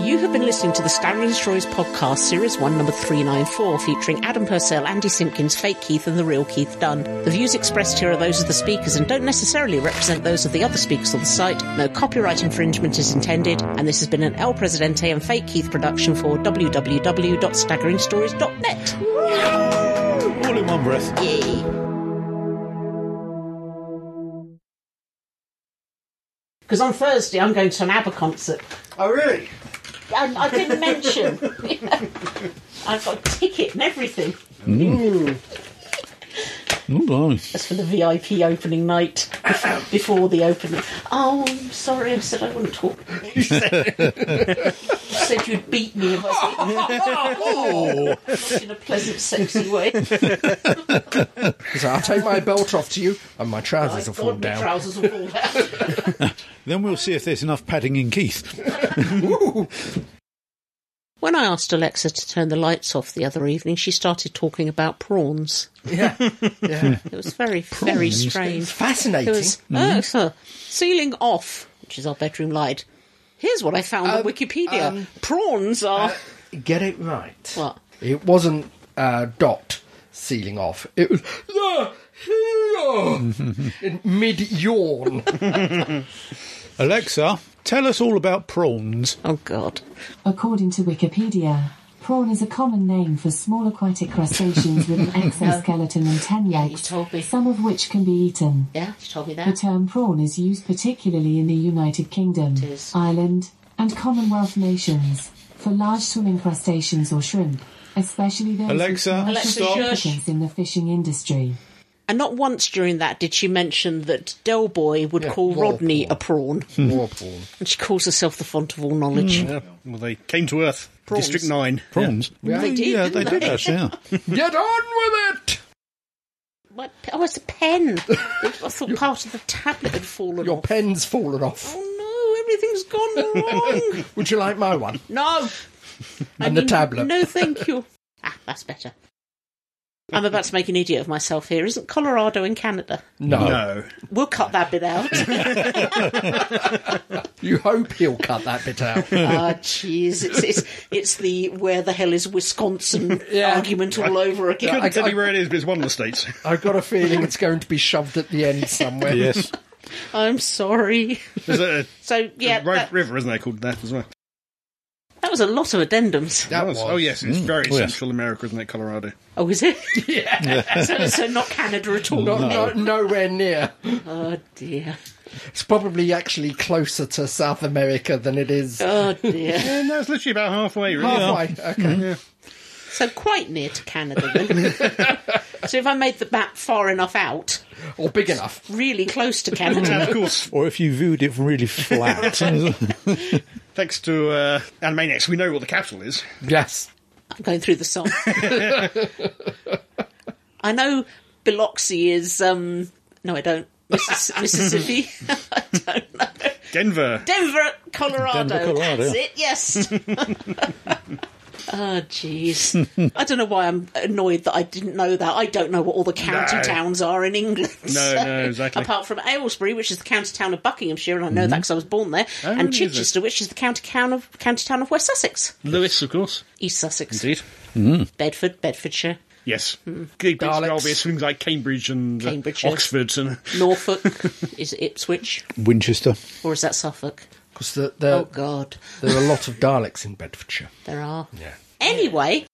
Speaker 2: You have been listening to the Staggering Destroyers podcast, series 1, number 394, featuring Adam Purcell, Andy Simpkins, Fake Keith, and the real Keith Dunn. The views expressed here are those of the speakers and don't necessarily represent those of the other speakers on the site. No copyright infringement is intended, and this has been an El Presidente and Fake Keith production for www.staggeringstories.net.
Speaker 1: All in one breath.
Speaker 2: Yay! Because on Thursday I'm going to an ABBA concert.
Speaker 4: Oh, really?
Speaker 2: I, I didn't mention. I've got a ticket and everything.
Speaker 1: Oh, blimey.
Speaker 2: That's for the VIP opening night bef- before the opening. Oh, I'm sorry, I said I wouldn't talk. you said you'd beat me if I did. Not in a pleasant, sexy way.
Speaker 5: He's like, I'll take my belt off to you, and my trousers will
Speaker 2: My
Speaker 5: fall
Speaker 2: God, my
Speaker 5: down.
Speaker 2: trousers will fall down.
Speaker 1: Then we'll see if there's enough padding in Keith.
Speaker 2: When I asked Alexa to turn the lights off the other evening, she started talking about prawns.
Speaker 5: yeah, yeah.
Speaker 2: It was very, very strange. It
Speaker 5: Fascinating.
Speaker 2: was oh,
Speaker 5: Mm-hmm.
Speaker 2: so, ceiling off, which is our bedroom light. Here's what I found on
Speaker 5: Um,
Speaker 2: Wikipedia:
Speaker 5: um, uh,
Speaker 2: prawns are
Speaker 5: Get it right.
Speaker 2: what?
Speaker 5: It wasn't uh, dot sealing off. It was the hero mid yawn.
Speaker 1: Alexa, tell us all about prawns.
Speaker 2: Oh God!
Speaker 8: According to Wikipedia, prawn is a common name for small aquatic crustaceans with an exoskeleton and ten legs,
Speaker 2: told me.
Speaker 8: some of which can be eaten.
Speaker 2: Yeah, she told me
Speaker 8: The
Speaker 2: that.
Speaker 8: term prawn is used particularly in the United Kingdom,
Speaker 2: is.
Speaker 8: Ireland, and Commonwealth nations for large swimming crustaceans or shrimp, especially those
Speaker 1: Alexa,
Speaker 8: with commercial
Speaker 2: Alexa, shush.
Speaker 8: significance in the fishing industry.
Speaker 2: And not once during that did she mention that Del Boy would
Speaker 5: Yeah,
Speaker 2: call
Speaker 5: raw
Speaker 2: Rodney a prawn,
Speaker 5: War porn.
Speaker 2: and she calls herself the font of all knowledge.
Speaker 5: Mm.
Speaker 4: Yeah. Well, they came to Earth,
Speaker 2: Prawns.
Speaker 4: District 9.
Speaker 1: Prawns?
Speaker 2: They did,
Speaker 1: Yeah,
Speaker 2: didn't
Speaker 1: they did
Speaker 2: they?
Speaker 1: actually, yeah.
Speaker 5: Get on with it.
Speaker 2: My pe- oh, it's a pen. I thought part of the tablet had fallen
Speaker 5: Your
Speaker 2: off.
Speaker 5: pen's fallen off.
Speaker 2: Oh no! Everything's gone wrong.
Speaker 5: Would you like my one?
Speaker 2: No.
Speaker 5: And the
Speaker 2: mean,
Speaker 5: tablet.
Speaker 2: No, thank you. ah, that's better. I'm about to make an idiot of myself here. Isn't Colorado in Canada?
Speaker 5: No.
Speaker 4: No.
Speaker 2: We'll cut that bit out.
Speaker 5: You hope he'll cut that bit out.
Speaker 2: Ah, jeez, it's, it's it's the where the hell is Wisconsin
Speaker 5: Yeah.
Speaker 2: argument all over again.
Speaker 4: Couldn't tell you where it is, but it's one of the states.
Speaker 5: I've got a feeling it's going to be shoved at the end somewhere.
Speaker 1: Yes.
Speaker 2: I'm sorry.
Speaker 4: There's a,
Speaker 2: So yeah,
Speaker 4: a road
Speaker 2: that,
Speaker 4: river, isn't there, called that as well?
Speaker 2: that was a lot of addendums.
Speaker 5: That
Speaker 4: It was.
Speaker 5: was.
Speaker 4: Oh, yes, it's very
Speaker 1: Oh, yes.
Speaker 4: Central America, isn't it, Colorado?
Speaker 2: Oh, is it? Yeah. so, so not Canada at all.
Speaker 5: Not, no- nowhere near.
Speaker 2: Oh dear.
Speaker 5: It's probably actually closer to South America than it is
Speaker 2: Oh dear.
Speaker 4: Yeah, no, it's literally about halfway, really.
Speaker 5: halfway. Okay.
Speaker 2: So quite near to Canada then. so if I made the map far enough out,
Speaker 5: Or big enough.
Speaker 2: really close to Canada.
Speaker 4: And of course,
Speaker 1: Or if you viewed it really flat.
Speaker 4: thanks to uh, Animaniacs, we know what the capital is.
Speaker 5: Yes.
Speaker 2: I'm going through the song. I know Biloxi is um no I don't. Missis- Mississippi. I don't know.
Speaker 4: Denver.
Speaker 2: Denver, Colorado.
Speaker 1: Denver, Colorado,
Speaker 2: That's
Speaker 1: yeah.
Speaker 2: it, yes. oh, jeez. I don't know why I'm annoyed that I didn't know that. I don't know what all the county
Speaker 4: No.
Speaker 2: towns are in England.
Speaker 4: No, no, exactly.
Speaker 2: Apart from Aylesbury, which is the county town of Buckinghamshire, and I know that 'cause that because I was born there, and
Speaker 4: really, Oh, is it?
Speaker 2: Chichester, which is the county town of county town of West Sussex,
Speaker 4: Lewis, of course.
Speaker 2: East Sussex,
Speaker 4: Indeed.
Speaker 2: Bedford, Bedfordshire,
Speaker 4: Yes. Big bits of
Speaker 5: Daleks.
Speaker 4: obvious things like Cambridge and uh,
Speaker 2: Cambridge, yes. Mm.
Speaker 4: Oxford and
Speaker 2: Norfolk is it Ipswich,
Speaker 1: Winchester.
Speaker 2: or is that Suffolk?
Speaker 5: Because the,
Speaker 2: Oh
Speaker 5: the,
Speaker 2: God,
Speaker 5: there are a lot of Daleks in Bedfordshire.
Speaker 2: there are.
Speaker 5: Yeah.
Speaker 2: Anyway,